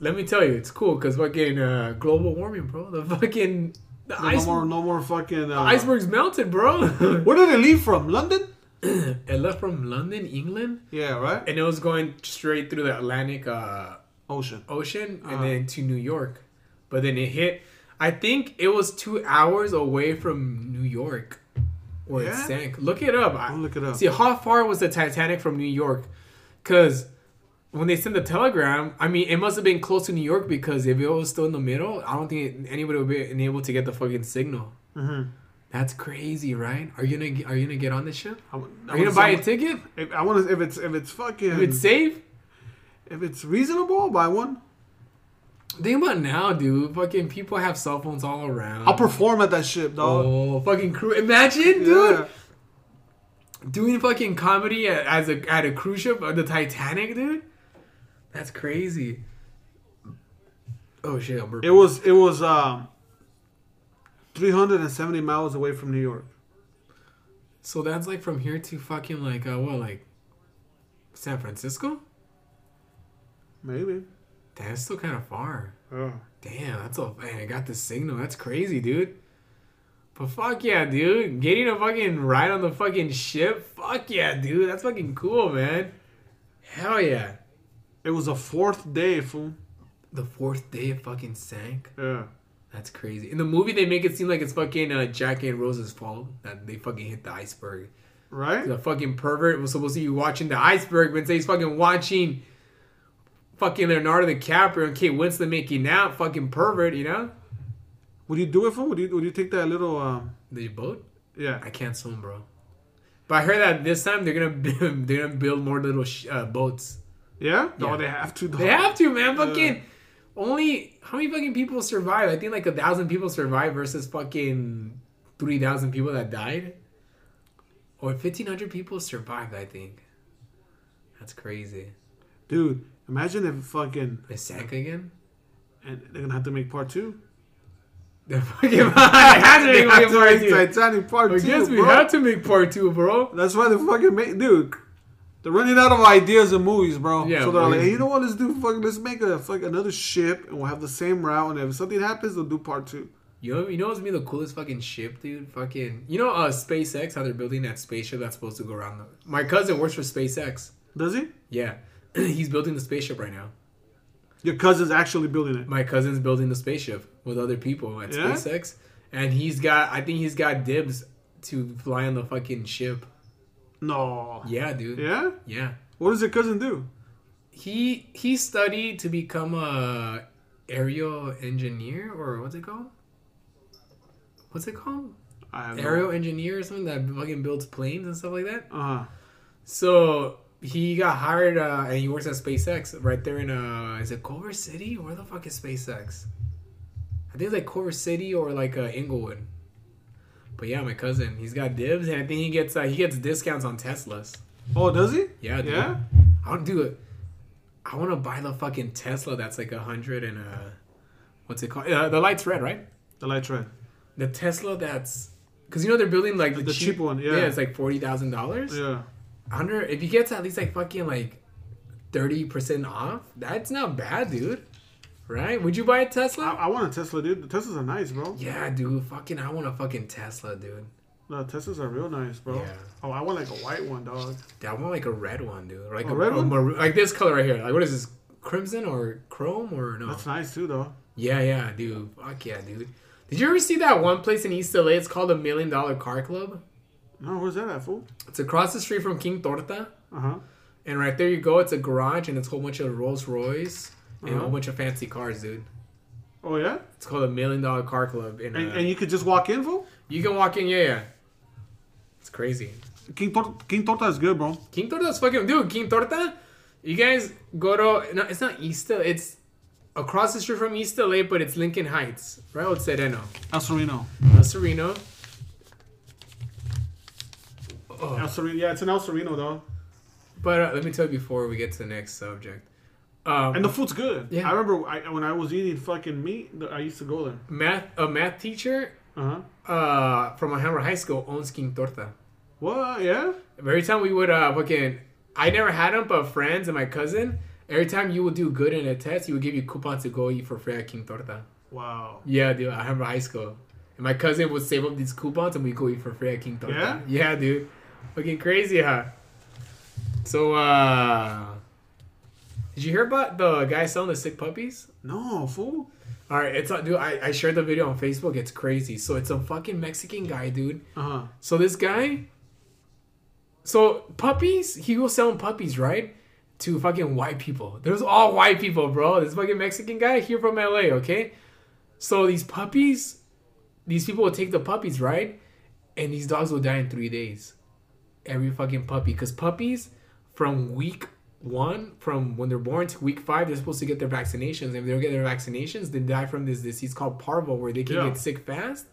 B: Let me tell you, it's cool because fucking uh, global warming, bro. The fucking the
C: No,
B: ice-
C: more, no more fucking. Uh,
B: icebergs melted, bro.
C: Where did it leave from? London?
B: it left from London, England,
C: Yeah, right.
B: and it was going straight through the Atlantic uh,
C: Ocean.
B: Ocean and
C: Uh-huh.
B: then to New York. But then it hit. I think it was two hours away from New York, where
C: Yeah?
B: it sank. Look it up. I-
C: I'll look it up.
B: Oh, See how far was the Titanic from New York? Because when they sent the telegram, I mean, it must have been close to New York because if it was still in the middle, I don't think anybody would be able to get the fucking signal.
C: Mhm.
B: That's crazy, right? Are you gonna are you gonna get on this ship?
C: I,
B: Are you gonna buy a ticket?
C: If, I want to. If it's if it's fucking
B: If it's safe,
C: if it's reasonable, I'll buy one.
B: think about it now, dude. Fucking people have cell phones all around.
C: I'll perform at that ship, dog.
B: Oh, fucking crew! Imagine, dude, doing fucking comedy at, as a at a cruise ship on the Titanic, dude. That's crazy. Oh shit! I'm burping.
C: It was it was um 370 miles away from New York.
B: so that's like from here to fucking like uh, what like San Francisco.
C: Maybe.
B: That's still kind of far.
C: Yeah.
B: Damn, that's a man. I got the signal. That's crazy, dude. But fuck yeah, dude. Getting a fucking ride on the fucking ship. Fuck yeah, dude. That's fucking cool, man. Hell yeah.
C: It was a fourth day, fool.
B: The fourth day it fucking sank.
C: Yeah.
B: That's crazy. In the movie, they make it seem like it's fucking uh, Jack and Rose's fault that they fucking hit the iceberg.
C: Right?
B: The fucking pervert was supposed to be watching the iceberg, but instead he's fucking watching fucking Leonardo DiCaprio and Kate Winslet making out. Fucking pervert, you know?
C: Would you do it, fool? Would you would you take that little um
B: The boat.
C: yeah.
B: I can't swim, bro. But I heard that this time they're gonna bu- they're gonna build more little sh- uh, boats.
C: Yeah? No,
B: Yeah.
C: they have to. Dog.
B: They have to, man.
C: Yeah.
B: Fucking only how many fucking people survive? I think like a thousand people survive versus fucking three thousand people that died, or fifteen hundred people survived. I think that's crazy.
C: Dude, imagine if fucking
B: They sank again.
C: and they're gonna have to make part two.
B: They're fucking. I had to
C: They
B: make
C: have to
B: part
C: make
B: two.
C: Titanic part
B: I
C: two.
B: guess we
C: bro.
B: had to make part two, bro.
C: That's why they fucking make dude. They're running out of ideas and movies, bro.
B: Yeah,
C: so they're like,
B: believe
C: hey,
B: me.
C: you know what? Let's do fucking. Let's make a fuck another ship, and we'll have the same route. And if something happens, they'll do part two.
B: You know, you know what's gonna be the coolest fucking ship, dude? Fucking, you know, uh, SpaceX, how they're building that spaceship that's supposed to go around the. My cousin works for SpaceX.
C: Does he?
B: Yeah, he's building the spaceship right now.
C: Your cousin's actually building it.
B: My cousin's building the spaceship with other people at
C: Yeah?
B: SpaceX, and he's got. I think he's got dibs to fly on the fucking ship.
C: No.
B: Yeah, dude.
C: Yeah.
B: Yeah.
C: What does your cousin do?
B: He he studied to become a aerial engineer or what's it called? What's it called?
C: I have
B: Aerial engineer or something that fucking builds planes and stuff like that.
C: No, uh huh.
B: So he got hired uh, and he works at SpaceX right there in uh is it Culver City? Where the fuck is SpaceX? I think it's like Culver City or like uh, Inglewood. But yeah, my cousin, he's got dibs, and I think he gets uh, he gets discounts on Teslas.
C: Oh, does he?
B: Yeah, dude.
C: Yeah.
B: I don't do it. I want to buy the fucking Tesla that's like a hundred and uh, what's it called? Uh, the light's red, right?
C: The light red.
B: The Tesla that's because you know they're building like the,
C: The cheap one, yeah.
B: it's like forty thousand dollars.
C: Yeah.
B: Under if you get to at least like fucking like thirty percent off, that's not bad, dude. Right? Would you buy a
C: I,
B: Tesla?
C: I want a Tesla, dude. The Teslas are nice, bro.
B: Yeah, dude. Fucking, I want a fucking Tesla, dude.
C: The Teslas are real nice, bro.
B: Yeah.
C: Oh, I want like a white one, dog.
B: Dude, I want like a red one, dude. Or, Like
C: A
B: a,
C: red
B: a
C: one?
B: maroon- like this color right here. Like what is this? Crimson or chrome or no?
C: That's nice too, though.
B: Yeah, yeah, dude. Fuck yeah, dude. Did you ever see that one place in East LA? It's called the Million Dollar Car Club.
C: No, where's that at, fool?
B: It's across the street from King Torta.
C: Uh huh.
B: And right there you go, it's a garage and it's a whole bunch of Rolls Royce and a
C: Uh-huh.
B: whole bunch of fancy cars, dude.
C: Oh yeah.
B: It's called the Million Dollar Car Club. And, uh,
C: And, and you could just walk in, fool.
B: you can walk in, yeah, yeah. It's crazy.
C: King, Tor- King Torta is good, bro.
B: King Torta's fucking dude. King Torta, you guys go to no, it's not East. LA, It's across the street from East LA, but it's Lincoln Heights, right? It's Sereno,
C: El Sereno.
B: El Sereno. Oh.
C: El Sereno. Yeah, it's an El Sereno, though.
B: But uh, let me tell you before we get to the next subject. Um,
C: And the food's good.
B: Yeah.
C: I remember I, when I was eating fucking meat, th- I used to go there.
B: math a math teacher
C: Uh huh.
B: uh, from Alhambra High School owns King Torta.
C: What? Yeah.
B: Every time we would uh, fucking, I never had them, but friends and my cousin. Every time you would do good in a test, he would give you coupons to go eat for free at King Torta.
C: Wow.
B: Yeah, dude, I remember high school. And my cousin would save up these coupons and we go eat for free at King Torta.
C: Yeah?
B: Yeah, dude. Fucking crazy, huh? So, uh. Did you hear about the guy selling the sick puppies?
C: No fool.
B: All right, it's uh, dude. I, I shared the video on Facebook. It's crazy. So it's a fucking Mexican guy, dude.
C: Uh huh.
B: So this guy, so puppies, he was selling puppies, right? To fucking white people. There's all white people, bro. This fucking Mexican guy here from LA, okay? So these puppies, these people would take the puppies, right? And these dogs will die in three days. Every fucking puppy. Because puppies, from week one, from when they're born to week five, they're supposed to get their vaccinations. If they don't get their vaccinations, they die from this disease called parvo, where they can
C: Yeah.
B: get sick fast.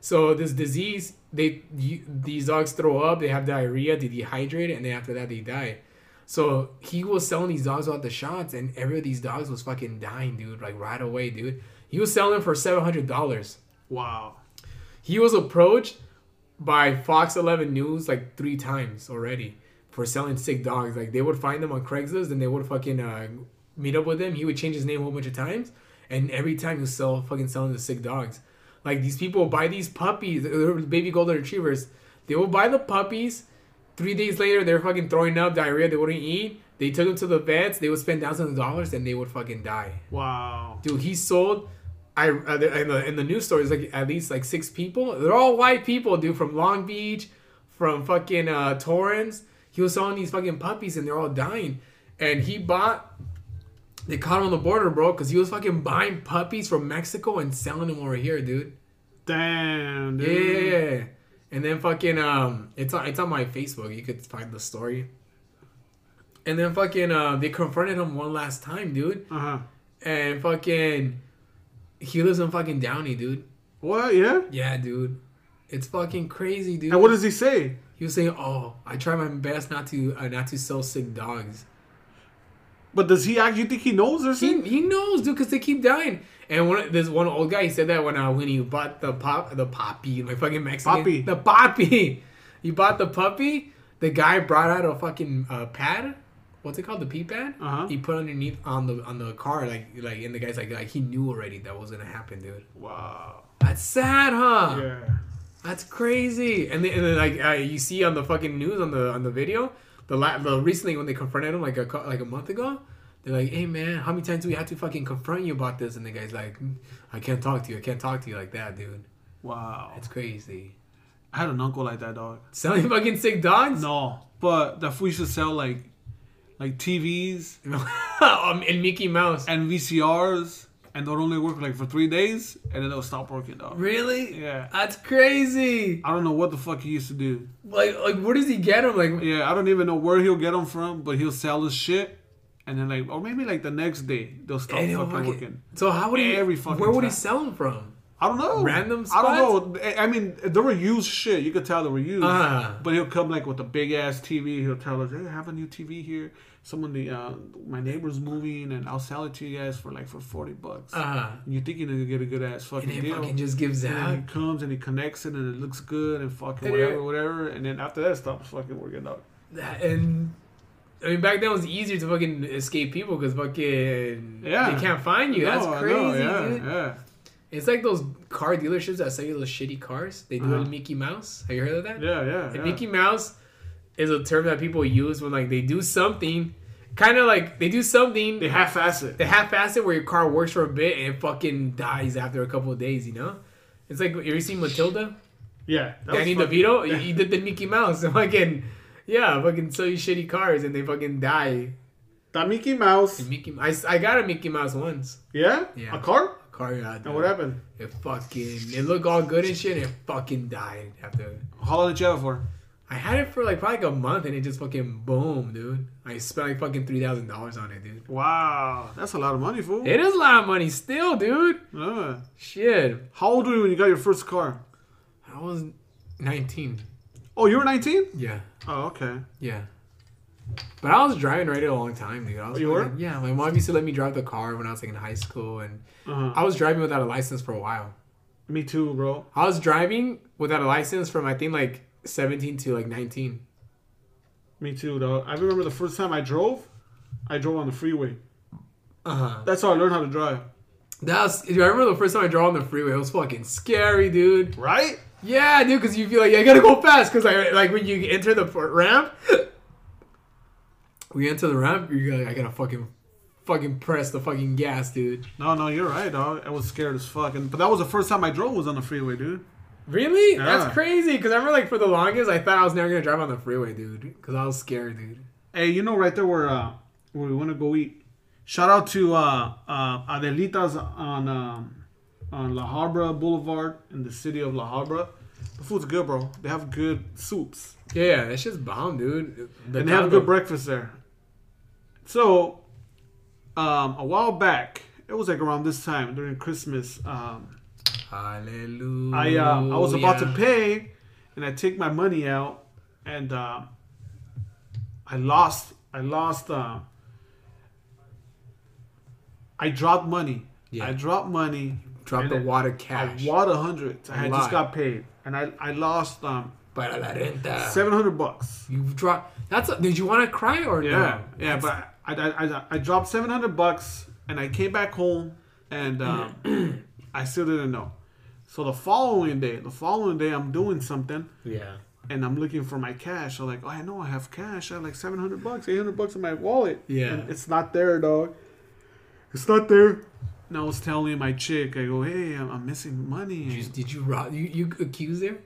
B: So this disease, they you, these dogs throw up, they have diarrhea, they dehydrate, and then after that they die. So he was selling these dogs without the shots, and every of these dogs was fucking dying, dude, like right away, dude. He was selling them for seven hundred dollars.
C: Wow.
B: He was approached by Fox 11 News like three times already for selling sick dogs. Like they would find them on Craigslist and they would fucking uh, meet up with him. He would change his name a whole bunch of times, and every time he was sell fucking selling the sick dogs. Like these people buy these puppies, uh, they're baby golden retrievers. They will buy the puppies. Three days later, they're fucking throwing up diarrhea. They wouldn't eat. They took them to the vets. They would spend thousands of dollars, and they would fucking die
C: Wow.
B: dude he sold i uh, the- in the in the news stories like at least like six people they're all white people dude from long beach from fucking uh torrance he was selling these fucking puppies and they're all dying and he bought they caught him on the border bro because he was fucking buying puppies from mexico and selling them over here dude
C: Damn.
B: yeah,
C: Dude.
B: and then fucking um it's on it's on my facebook you could find the story and then fucking uh, they confronted him one last time dude
C: Uh huh.
B: and fucking he lives in fucking Downey, dude.
C: What? Yeah.
B: Yeah, dude. It's fucking crazy, dude.
C: And what does he say?
B: he was saying, "Oh, I try my best not to uh, not to sell sick dogs."
C: But does he act? You think he knows or
B: He,
C: something?
B: he knows, dude, because they keep dying. And one this one old guy, he said that when uh, when he bought the pop the poppy, my fucking Mexican
C: Poppy.
B: the poppy, he bought the puppy. The guy brought out a fucking uh, pad. What's it called? The pee pad.
C: Uh-huh.
B: He put underneath on the on the car, like like, and the guy's like, like he knew already that was gonna happen, dude.
C: Wow.
B: That's sad, huh?
C: Yeah.
B: That's crazy. And then, and then like uh, you see on the fucking news on the on the video, the la- the recently when they confronted him like a cou- like a month ago, they're like, "Hey man, how many times do we have to fucking confront you about this?" And the guy's like, "Mm, "I can't talk to you. I can't talk to you like that, dude.
C: Wow.
B: It's crazy."
C: I had an uncle like that, dog.
B: Selling fucking sick dogs
C: No, but that fool used to sell like, like TVs
B: um, and Mickey Mouse.
C: and VCRs, and they'd only work like for three days, and then they'll stop working, dog.
B: Really?
C: Yeah.
B: That's crazy.
C: I don't know what the fuck he used to do.
B: Like, like, where does he get them? Like,
C: Yeah, I don't even know where he'll get them from, but he'll sell his shit, and then like, or maybe like the next day they'll stop
B: and he'll
C: fucking
B: fucking-
C: working.
B: so how would he?
C: Every fucking
B: where would he
C: time.
B: sell them from?
C: I don't know.
B: Random
C: I don't know. I I mean, they were used shit. You could tell they were used.
B: Ah.
C: But he'll come like with a big ass TV. He'll tell us, "Hey, I have a new TV here. Someone, the uh, my neighbor's moving, and I'll sell it to you guys for like for forty bucks."
B: Uh,
C: And you're thinking you get a good ass fucking
B: and he
C: deal.
B: fucking just gives
C: and
B: out.
C: then he comes and he connects it, and it looks good, and fucking
B: And
C: whatever,
B: it-
C: whatever. And then after that, it stops fucking working out.
B: and I mean back then it was easier to fucking escape people because fucking
C: Yeah.
B: they can't find you.
C: No, I
B: That's
C: know,
B: crazy. dude.
C: yeah, yeah.
B: It's like those car dealerships that sell you those shitty cars. They do it
C: Uh-huh.
B: in Mickey Mouse. Have you heard of that?
C: Yeah, yeah,
B: And
C: yeah.
B: Mickey Mouse is a term that people use when like they do something, kind of like they do something.
C: They half-ass it.
B: the half-ass it where your car works for a bit and it fucking dies after a couple of days. You know, it's like you ever seen Matilda?
C: Yeah, that was
B: Danny
C: fucking-
B: DeVito, he, he did the Mickey Mouse. Fucking, yeah, fucking sell you shitty cars and they fucking die.
C: That Mickey Mouse.
B: And Mickey, I, I got a Mickey Mouse once.
C: Yeah,
B: Yeah.
C: a car.
B: Car, yeah.
C: And what happened?
B: It fucking, it looked all good and shit. And it fucking died after.
C: How long did you have it for?
B: I had it for like probably like a month and it just fucking boom, dude. I spent like fucking three thousand dollars on it, dude.
C: Wow, that's a lot of money, fool.
B: It is a lot of money still, dude.
C: Yeah.
B: Shit,
C: How old were you when you got your first car?
B: I was nineteen.
C: Oh, you were 19?
B: Yeah,
C: Oh, okay.
B: yeah. But I was driving right a long time, dude. I was
C: You were?
B: fucking- Yeah, my mom used to let me drive the car when I was like in high school, and
C: Uh-huh.
B: I was driving without a license for a while.
C: Me too, bro.
B: I was driving without a license from I think like 17 to like 19.
C: Me too, dog. I remember the first time I drove, I drove on the freeway.
B: Uh huh.
C: That's how I learned how to drive.
B: That's. I remember the first time I drove on the freeway. It was fucking scary, dude.
C: Right?
B: Yeah, dude, because you feel like I gotta go fast. Because I like when you enter the fir- ramp, we enter the ramp. You're like, I gotta fucking, fucking press the fucking gas, dude.
C: No, no, you're right, dog. I was scared as fuck. And, but that was the first time I drove was on the freeway, dude.
B: Really?
C: Yeah.
B: That's crazy. Because I remember like for the longest, I thought I was never gonna drive on the freeway, dude. Because I was scared, dude.
C: Hey, you know right there where uh, where we want to go eat. Shout out to uh, uh, Adelitas on um, on La Habra Boulevard in the city of La Habra. The food's good, bro. They have good soups
B: Yeah, that shit's bomb, dude. The
C: and they have
B: combo-
C: good breakfast there. So, um, a while back, it was like around this time during Christmas. Um,
B: Hallelujah.
C: I uh, I
B: Oh,
C: was about to pay, and I take my money out, and uh, I lost. I lost. Uh, I dropped money.
B: Yeah.
C: I dropped money.
B: drop
C: and
B: the
C: it-
B: water
C: I
B: cash.
C: won a hundred. I had just
B: Lie.
C: got paid, and I I lost um
B: Para la renta.
C: seven hundred bucks.
B: you drop. That's. A, did you want to cry or no?
C: Yeah, yeah, but I, I, I, I dropped seven hundred bucks, and I came back home, and um, I still didn't know. So the following day, the following day, I'm doing something,
B: Yeah.
C: and I'm looking for my cash. I'm like, oh, I know I have cash. I have like 700 bucks, 800 bucks in my wallet.
B: Yeah.
C: And it's not there, dog. It's not there. And I was telling my chick, I go, hey, I'm, I'm missing money. And
B: Did you, did you rob? You you accused her?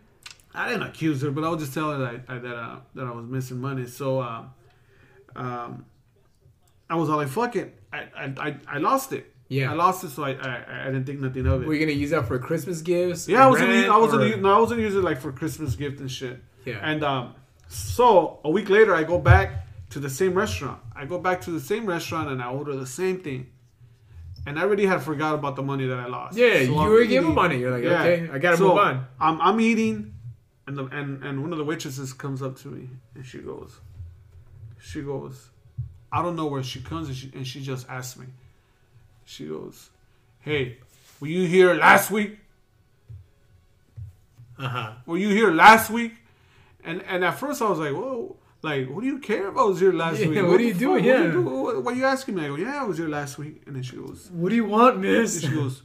C: I didn't accuse her, but I was just telling her that I, that, uh, that I was missing money. So uh, um, I was all like, fuck it. I, I, I, I lost it.
B: Yeah.
C: I lost it, so I, I, I didn't think nothing of it.
B: Were you gonna use that for Christmas gifts?
C: Yeah, I was gonna use, I was
B: or-
C: gonna use, no, I was gonna use it like for Christmas gift and shit.
B: Yeah.
C: And um, so a week later, I go back to the same restaurant. I go back to the same restaurant and I order the same thing. And I already had forgot about the money that I lost.
B: Yeah, you
C: I'm
B: already gave him money. You're like, okay, I gotta
C: So,
B: move on.
C: I'm, I'm eating, and the, and and one of the waitresses comes up to me and she goes, she goes, I don't know where she comes and she and she just asks me. She goes, Hey, were you here last week?
B: Uh huh.
C: were you here last week? And and at first I was like, whoa, like, what do you care if I was here last
B: Yeah,
C: week?
B: what do you
C: the
B: do?
C: fuck? What
B: Yeah.
C: do? What, what are you asking me? I go, yeah, I was here last week. And then she goes,
B: What do you want,
C: and
B: Miss?
C: she goes,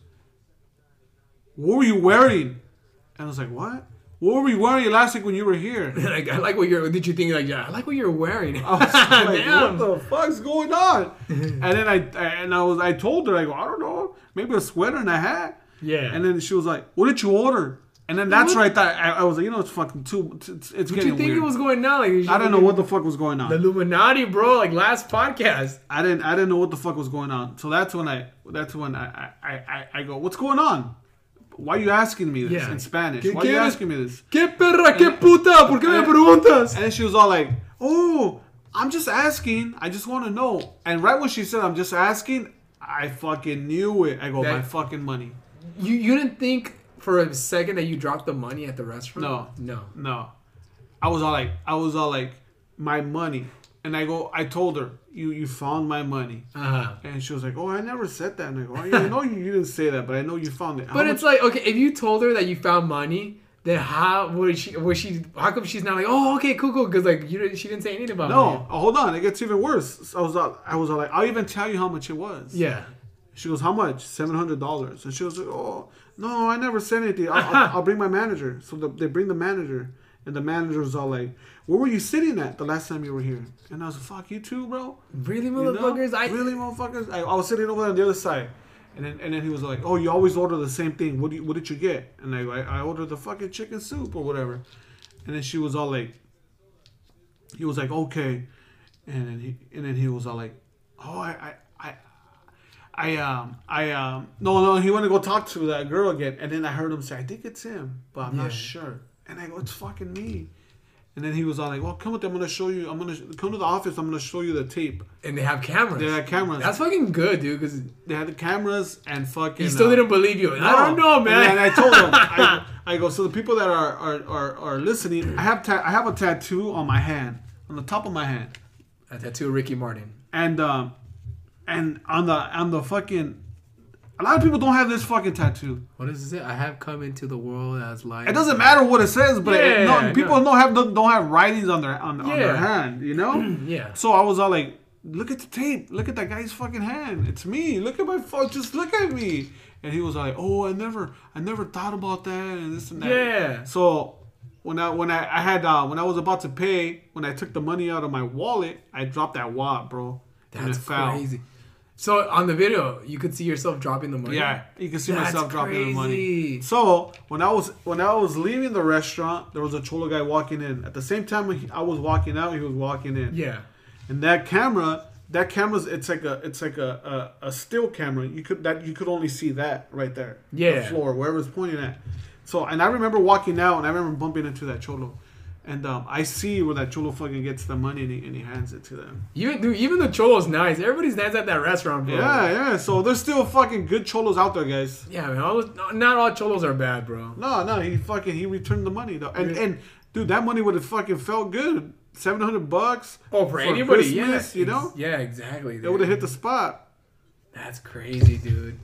C: what were you wearing? And I was like, what? What were you wearing last week when you were here?
B: like, I like what you're. Did you think like? Yeah, I like what you're wearing.
C: I was Oh, like,
B: Damn.
C: what the fuck's going on? and then I, I and I was I told her I go I don't know maybe a sweater and a hat.
B: Yeah.
C: And then she was like, "What did you order?" And then that's
B: What?
C: right. That I, I was like, you know, it's fucking too. It's, it's
B: What
C: getting
B: you think
C: weird.
B: it was going on? Like, you
C: I
B: should-
C: don't know what the fuck was going
B: the
C: on.
B: Illuminati, bro. Like last podcast.
C: I didn't I didn't know what the fuck was going on. So that's when I that's when I I, I, I go, What's going on? Why are you asking me this
B: Yeah.
C: in Spanish?
B: ¿Qué
C: Why are you
B: quieres?
C: asking me this?
B: ¿Qué perra, qué puta? ¿Por qué me preguntas?
C: And then she was all like, Oh, I'm just asking. I just wanna know. And right when she said I'm just asking, I fucking knew it. I go,
B: That-
C: My fucking money.
B: You you didn't think for a second that you dropped the money at the restaurant?
C: No.
B: No.
C: No. I was all like I was all like, My money. And I go, I told her, You you found my money.
B: No. Uh-huh.
C: And she was like, "Oh, I never said that." And I go, "Oh, yeah, I know you, you didn't say that, but I know you found it." How
B: But
C: much-
B: it's like okay, if you told her that you found money, then how would she? Was she? How come she's not like, oh, okay, cool, cool? Because like you, didn't- she didn't say anything about
C: no.
B: money.
C: Oh, Hold on, it gets even worse. So I was all, I was all like, "I'll even tell you how much it was."
B: Yeah.
C: She goes, "How much?" Seven hundred dollars. And she was like, "Oh, no, I never said anything. I'll, I'll, I'll bring my manager." So the, they bring the manager, and the manager was all like, "Where were you sitting at the last time you were here?" And I was like, "Fuck you too, bro."
B: Really,
C: You know?
B: motherfuckers? I
C: really, motherfuckers. I, I was sitting over on the other side, and then and then he was like, "Oh, you always order the same thing. What do you, what did you get?" And I go, I I ordered the fucking chicken soup or whatever, and then she was all like, he was like, "Okay," and then he and then he was all like, "Oh, I I." I I um I um no no he went to go talk to that girl again and then I heard him say I think it's him but I'm
B: Yeah.
C: not sure and I go it's fucking me and then he was all like well come with I'm gonna show you I'm gonna come to the office I'm gonna show you the tape
B: and they have cameras.
C: They had cameras.
B: That's fucking good, dude. Because
C: they had the cameras and fucking.
B: he still
C: uh,
B: didn't believe you.
C: no.
B: I don't know, man.
C: And, I told him, I, I go. So the people that are are, are, are listening, I have ta- I have a tattoo on my hand, on the top of my hand,
B: A tattoo of Ricky Martin.
C: and um, and on the on the fucking. A lot of people don't have this fucking tattoo.
B: What is it? I have come into the world as light.
C: It doesn't matter what it says, but it-
B: Yeah,
C: no, people
B: no.
C: don't have don't, don't have writings on their on, on their
B: Yeah. Mm,
C: hand, you know.
B: Yeah.
C: So I was all like, "Look at the tape. Look at that guy's fucking hand. It's me. Look at my phone. Just look at me." And he was like, "Oh, I never, I never thought about that and this and that."
B: Yeah.
C: So when I when I, I had uh, when I was about to pay, when I took the money out of my wallet, I dropped that wad, bro. and
B: That's
C: it fell.
B: crazy. So on the video, you could see yourself dropping the money.
C: Yeah, you can see
B: That's
C: myself dropping the money.
B: crazy.
C: So when I was when I was leaving the restaurant, there was a cholo guy walking in. At the same time when he- I was walking out, he was walking in.
B: Yeah.
C: And that camera, that camera's it's like a it's like a, a, a still camera. You could that you could only see that right there. The
B: Yeah.
C: floor, wherever it's pointing at. So and I remember walking out and I remember bumping into that cholo. And um, I see where that cholo fucking gets the money and he, and he hands it to them.
B: Even dude, even the cholo's nice. Everybody's nice at that restaurant, bro.
C: Yeah, yeah. So there's still fucking good cholos out there, guys.
B: Yeah, man. All, no- not all cholos are bad, bro.
C: No, no, he fucking he returned the money though, and
B: Yeah.
C: and dude, that money would have fucking felt good. Seven hundred bucks.
B: Oh, for, anybody,
C: Christmas,
B: yes,
C: you know,
B: Yeah, exactly.
C: it would have hit the spot.
B: That's crazy, dude.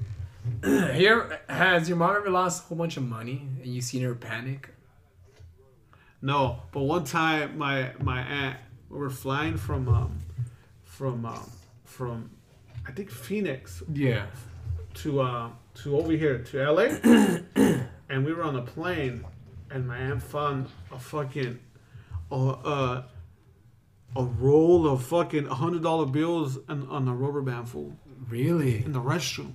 B: Here, has your mom ever lost a whole bunch of money and you seen her panic?
C: No, but one time my my aunt we were flying from um from um from I think Phoenix
B: Yeah.
C: to uh, to over here to LA, and we were on a plane, and my aunt found a fucking a uh, a roll of fucking hundred dollar bills on, on a rubber band full
B: Really?
C: in the restroom.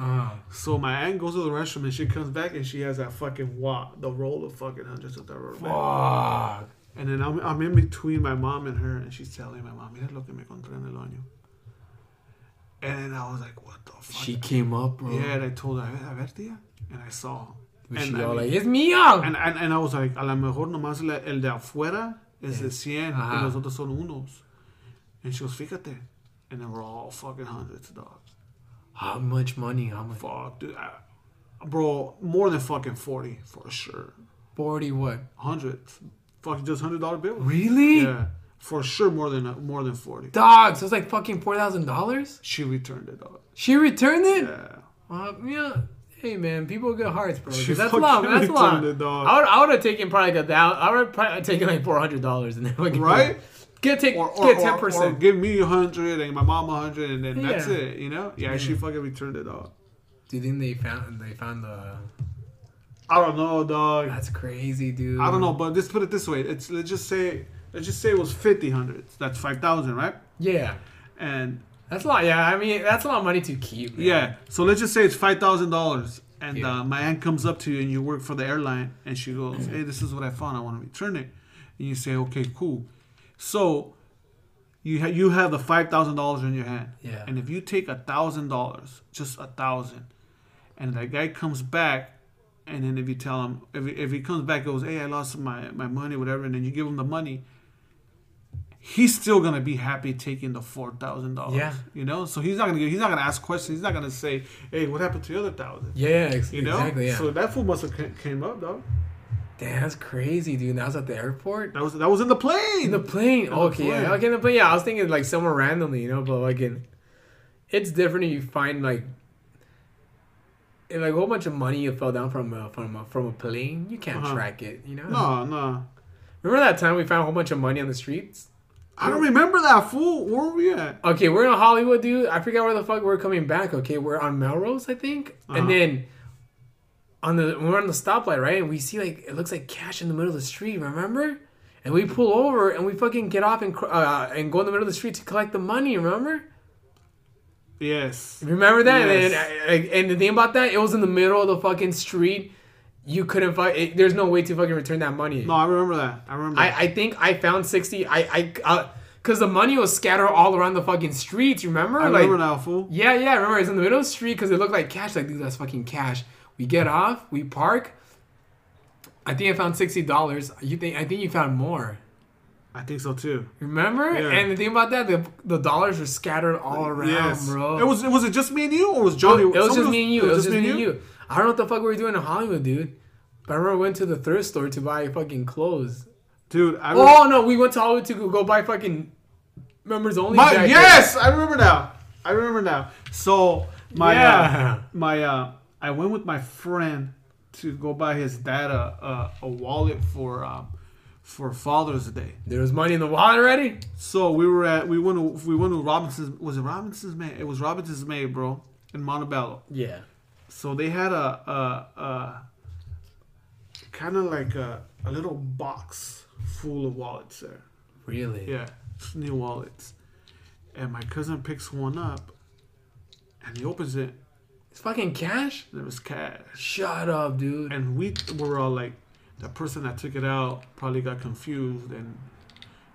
B: Oh,
C: So my aunt goes to the restroom and she comes back and she has that fucking wad, the roll of fucking hundreds of dollar rubber band.
B: fuck.
C: And then I'm, I'm in between my mom and her and she's telling my mom, mira lo que me encontré en el baño. And then I was like, what the fuck?
B: She came up, bro.
C: Yeah, and I told her, a ver, a ver, tía. And I saw.
B: Was
C: and,
B: she
C: I
B: all
C: mean-
B: like, it's me, young.
C: and, and, and I was like, a lo mejor nomás la- el de afuera es de 100 y
B: Ajá.
C: los otros son unos. And she goes, fíjate. And then we're all fucking hundreds, dog.
B: How much money? How much?
C: Fuck, dude. I, bro, more than fucking 40 for sure.
B: 40 what?
C: Hundreds. Fucking just $100 bills.
B: Really?
C: Yeah. For sure more than more than 40.
B: Dog, so it's like fucking $4,000?
C: She returned it, dog.
B: She returned it?
C: Yeah.
B: Uh, yeah. Hey man, people with good hearts, bro. 'cause
C: She
B: that's a
C: fucking
B: lot. man, That's a lot.
C: returned it, dog.
B: I would, I would have taken probably like a thou- I would have probably taken like four hundred dollars and then fucking
C: Right?
B: Get take
C: Or, or,
B: get ten
C: or, or
B: percent.
C: give me a 100 and my mom a 100 and then that's
B: Yeah.
C: it, you know? Yeah, she fucking returned it, dog.
B: Do you think they found they found the?
C: I don't know, dog.
B: That's crazy, dude.
C: I don't know, but let's put it this way. It's let's just say let's just say it was fifty hundreds. That's five thousand, right?
B: Yeah,
C: And
B: that's a lot. Yeah, I mean that's a lot of money to keep. man.
C: yeah, so let's just say it's five thousand dollars. And
B: Yeah.
C: uh, my aunt comes up to you, and you work for the airline, and she goes, "Hey, this is what I found. I want to return it." And you say, "Okay, cool." So you ha- you have the five thousand dollars in your hand.
B: Yeah.
C: And if you take a thousand dollars, just a thousand, and that guy comes back, and then if you tell him, if he, if he comes back, goes, "Hey, I lost my my money, whatever," and then you give him the money. He's still gonna be happy taking the four thousand dollars.
B: Yeah.
C: You know, so he's not gonna get, he's not gonna ask questions. He's not gonna say, "Hey, what happened to the other thousand?
B: Yeah, ex-
C: You know.
B: exactly. Yeah.
C: So that fool must have ca- came up, though.
B: Damn, that's crazy, dude. That was at the airport.
C: That was that was in the plane.
B: In the plane.
C: the
B: okay,
C: plane.
B: yeah. Okay, in the plane. Yeah, I was thinking like somewhere randomly, you know, but like in, it's different if you find like if like a whole bunch of money you fell down from a, from a, from a plane, you can't
C: Uh-huh.
B: track it, you know.
C: no, no.
B: Remember that time we found a whole bunch of money on the streets?
C: I don't remember that fool. Where were we at?
B: Okay, we're in Hollywood, dude. I forgot where the fuck we're coming back. Okay, we're on Melrose, I think,
C: Uh-huh.
B: and then. On the we're on the stoplight, right? And we see like it looks like cash in the middle of the street. Remember? And we pull over and we fucking get off and cr- uh, and go in the middle of the street to collect the money. Remember?
C: Yes.
B: Remember that?
C: Yes.
B: And, and, and the thing about that, it was in the middle of the fucking street. You couldn't find. It, there's no way to fucking return that money.
C: No, I remember that. I remember.
B: I, I think I found sixty. I I uh, cause the money was scattered all around the fucking streets. Remember?
C: I
B: like
C: remember that fool.
B: yeah, yeah. I Remember it's in the middle of the street because it looked like cash. Like dude, that's fucking cash. We get off. We park. I think I found sixty dollars. You think? I think you found more.
C: I think so too.
B: Remember?
C: Yeah.
B: And the thing about that, the, the dollars were scattered all around, bro.
C: It was it was it just me and you or was Johnny?
B: It was just
C: someone
B: me and you. It was just me and you. I don't know what the fuck we were doing in Hollywood, dude. But I remember we went to the thrift store to buy fucking clothes.
C: Dude, I remember,
B: Oh no, we went to Hollywood to go buy fucking Members only.
C: My,
B: jacket.
C: yes, I remember now. I remember now. So my uh,
B: Yeah.
C: my uh, I went with my friend to go buy his dad a a, a wallet for um, for Father's Day.
B: There was money in the wallet already.
C: So we were at we went to, we went to Robinson's was it Robinson's May it was Robinson's May bro in Montebello.
B: Yeah.
C: So they had a a, a kind of like a, a little box full of wallets there.
B: Really.
C: Yeah, new wallets. And my cousin picks one up, and he opens it.
B: It's fucking cash.
C: And there was cash,
B: Shut up, dude.
C: and we were all like, the person that took it out probably got confused and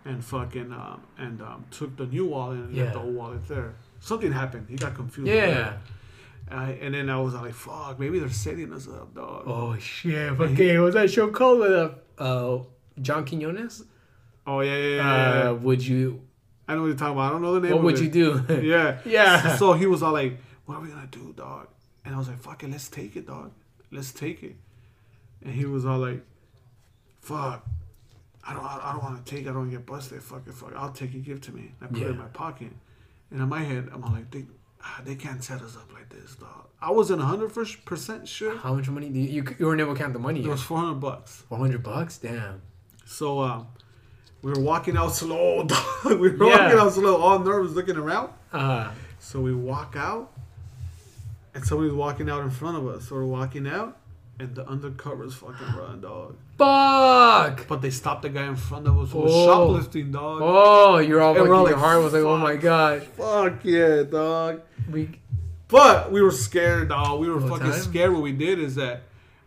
C: and fucking um, and um, took the new wallet and
B: Yeah.
C: left the old wallet there. Something happened. He got confused. with
B: yeah.
C: that. I, and then I was like, fuck, maybe they're setting us up, dog. Oh,
B: Oh shit. Okay, what was that show called with uh, uh John Quinones?
C: Oh, yeah, yeah, yeah. yeah, yeah.
B: Uh, would you?
C: I know what you're talking about. I don't know the name.
B: What
C: of
B: would
C: it.
B: you do?
C: Yeah.
B: Yeah.
C: So he was all like, "What are we gonna do, dog?" And I was like, "Fuck it, let's take it, dog. Let's take it." And he was all like, "Fuck, I don't, I don't want to take. it. I don't wanna get busted. Fuck it, fuck. it. I'll take it. Give it to me." And I put it in
B: Yeah.
C: my pocket, and in my head, I'm all like, "They, ah, they can't set us up like this, dog." I wasn't 100 percent sure.
B: How much money? do You, you you weren't able to count the money.
C: It
B: yet.
C: was 400 bucks.
B: Four hundred bucks. Damn.
C: So um, we were walking out slow, dog. We were
B: Yeah.
C: walking out slow, all nervous, looking around.
B: Uh,
C: So we walk out, and somebody's walking out in front of us. So we're walking out, and the undercovers fucking run, dog.
B: fuck.
C: But they stopped the guy in front of us who was
B: Oh.
C: shoplifting, dog.
B: Oh, you're all
C: And we're
B: fucking.
C: like,
B: your heart was like, oh
C: fuck.
B: my god.
C: Fuck yeah, dog.
B: We.
C: But we were scared, dog. We were
B: The whole
C: fucking
B: time?
C: scared. What we did is that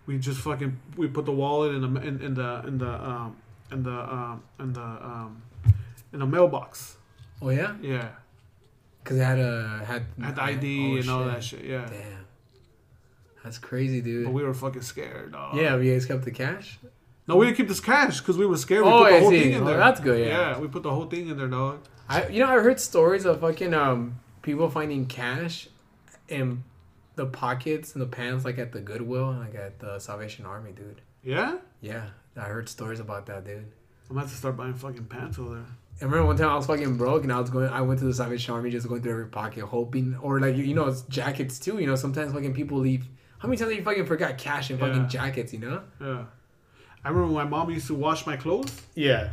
C: we just fucking we put the wallet in the in, in the in the um in the um in the um in the mailbox.
B: Oh yeah.
C: Yeah,
B: Cause I had a had
C: had the ID
B: oh,
C: and all that shit. Yeah,
B: Damn. That's crazy, dude.
C: but we were fucking scared, dog.
B: yeah, we guys kept the cash.
C: No, we didn't keep this cash because we were scared. We
B: Oh,
C: put the
B: I
C: whole
B: see.
C: thing in
B: Oh,
C: there.
B: that's good, yeah.
C: we put the whole thing in there, dog.
B: I you know I heard stories of fucking um people finding cash in the pockets and the pants like at the Goodwill and like at the Salvation Army, dude.
C: Yeah?
B: Yeah, I heard stories about that, dude.
C: I'm gonna have to start buying fucking pants over there.
B: I remember one time I was fucking broke and I was going. I went to the Salvation Army just going through every pocket, hoping or like you, you know it's jackets too. You know sometimes fucking people leave. How many times have you fucking forgot cash in fucking
C: Yeah.
B: jackets? You know.
C: Yeah. I remember my mom used to wash my clothes.
B: Yeah.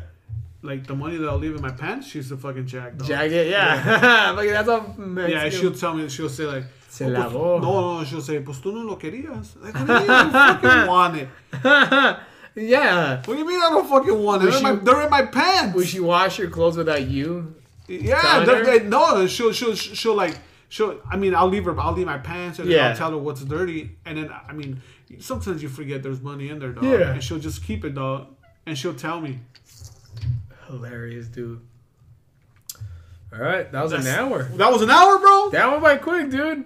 C: Like the money that I'll leave in my pants, she used to fucking jack. Dog.
B: Jacket, yeah. Like, that's all Mexican.
C: Yeah, she'll tell me. She'll say like,
B: Se
C: "Oh, pues,
B: lavó."
C: no, no, she'll say, pues tú no lo querías. Like, what do you mean I don't fucking want it?
B: yeah.
C: What do you mean I don't fucking want it? They're,
B: Was
C: in, my,
B: she-
C: they're in my pants.
B: Would she wash your clothes without you?
C: Yeah,
B: telling
C: they're,
B: her?
C: they no, she'll she'll she'll like she'll. I mean, I'll leave her. I'll leave my pants, and then
B: Yeah.
C: I'll tell her what's dirty. And then I mean, sometimes you forget there's money in there, dog.
B: Yeah.
C: And she'll just keep it, dog. And she'll tell me.
B: Hilarious, dude. All right, that was an
C: That's-
B: hour.
C: That was an hour, bro.
B: That went by quick, dude.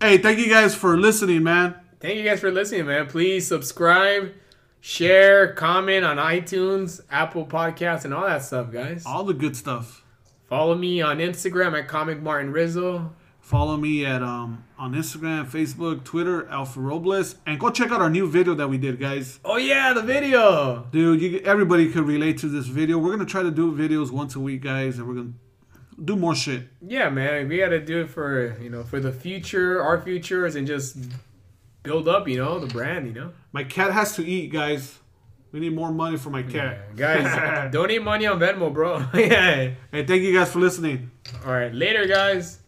C: Hey, thank you guys for listening, man.
B: Thank you guys for listening, man. Please subscribe, share, comment on iTunes, Apple Podcasts, and all that stuff, guys.
C: All the good stuff.
B: Follow me on Instagram at Comic Martin Rizzo.
C: Follow me at um on Instagram, Facebook, Twitter, Alpha Robles, and go check out our new video that we did, guys.
B: Oh yeah, the video.
C: Dude, you, everybody could relate to this video. We're gonna try to do videos once a week, guys, and we're gonna do more shit.
B: Yeah, man, we got to do it for you know for the future, our futures, and just build up, you know, the brand, you know.
C: My cat has to eat, guys. We need more money for my cat.
B: Guys, donate money on Venmo, bro. yeah.
C: hey, thank you guys for listening.
B: All right, later, guys.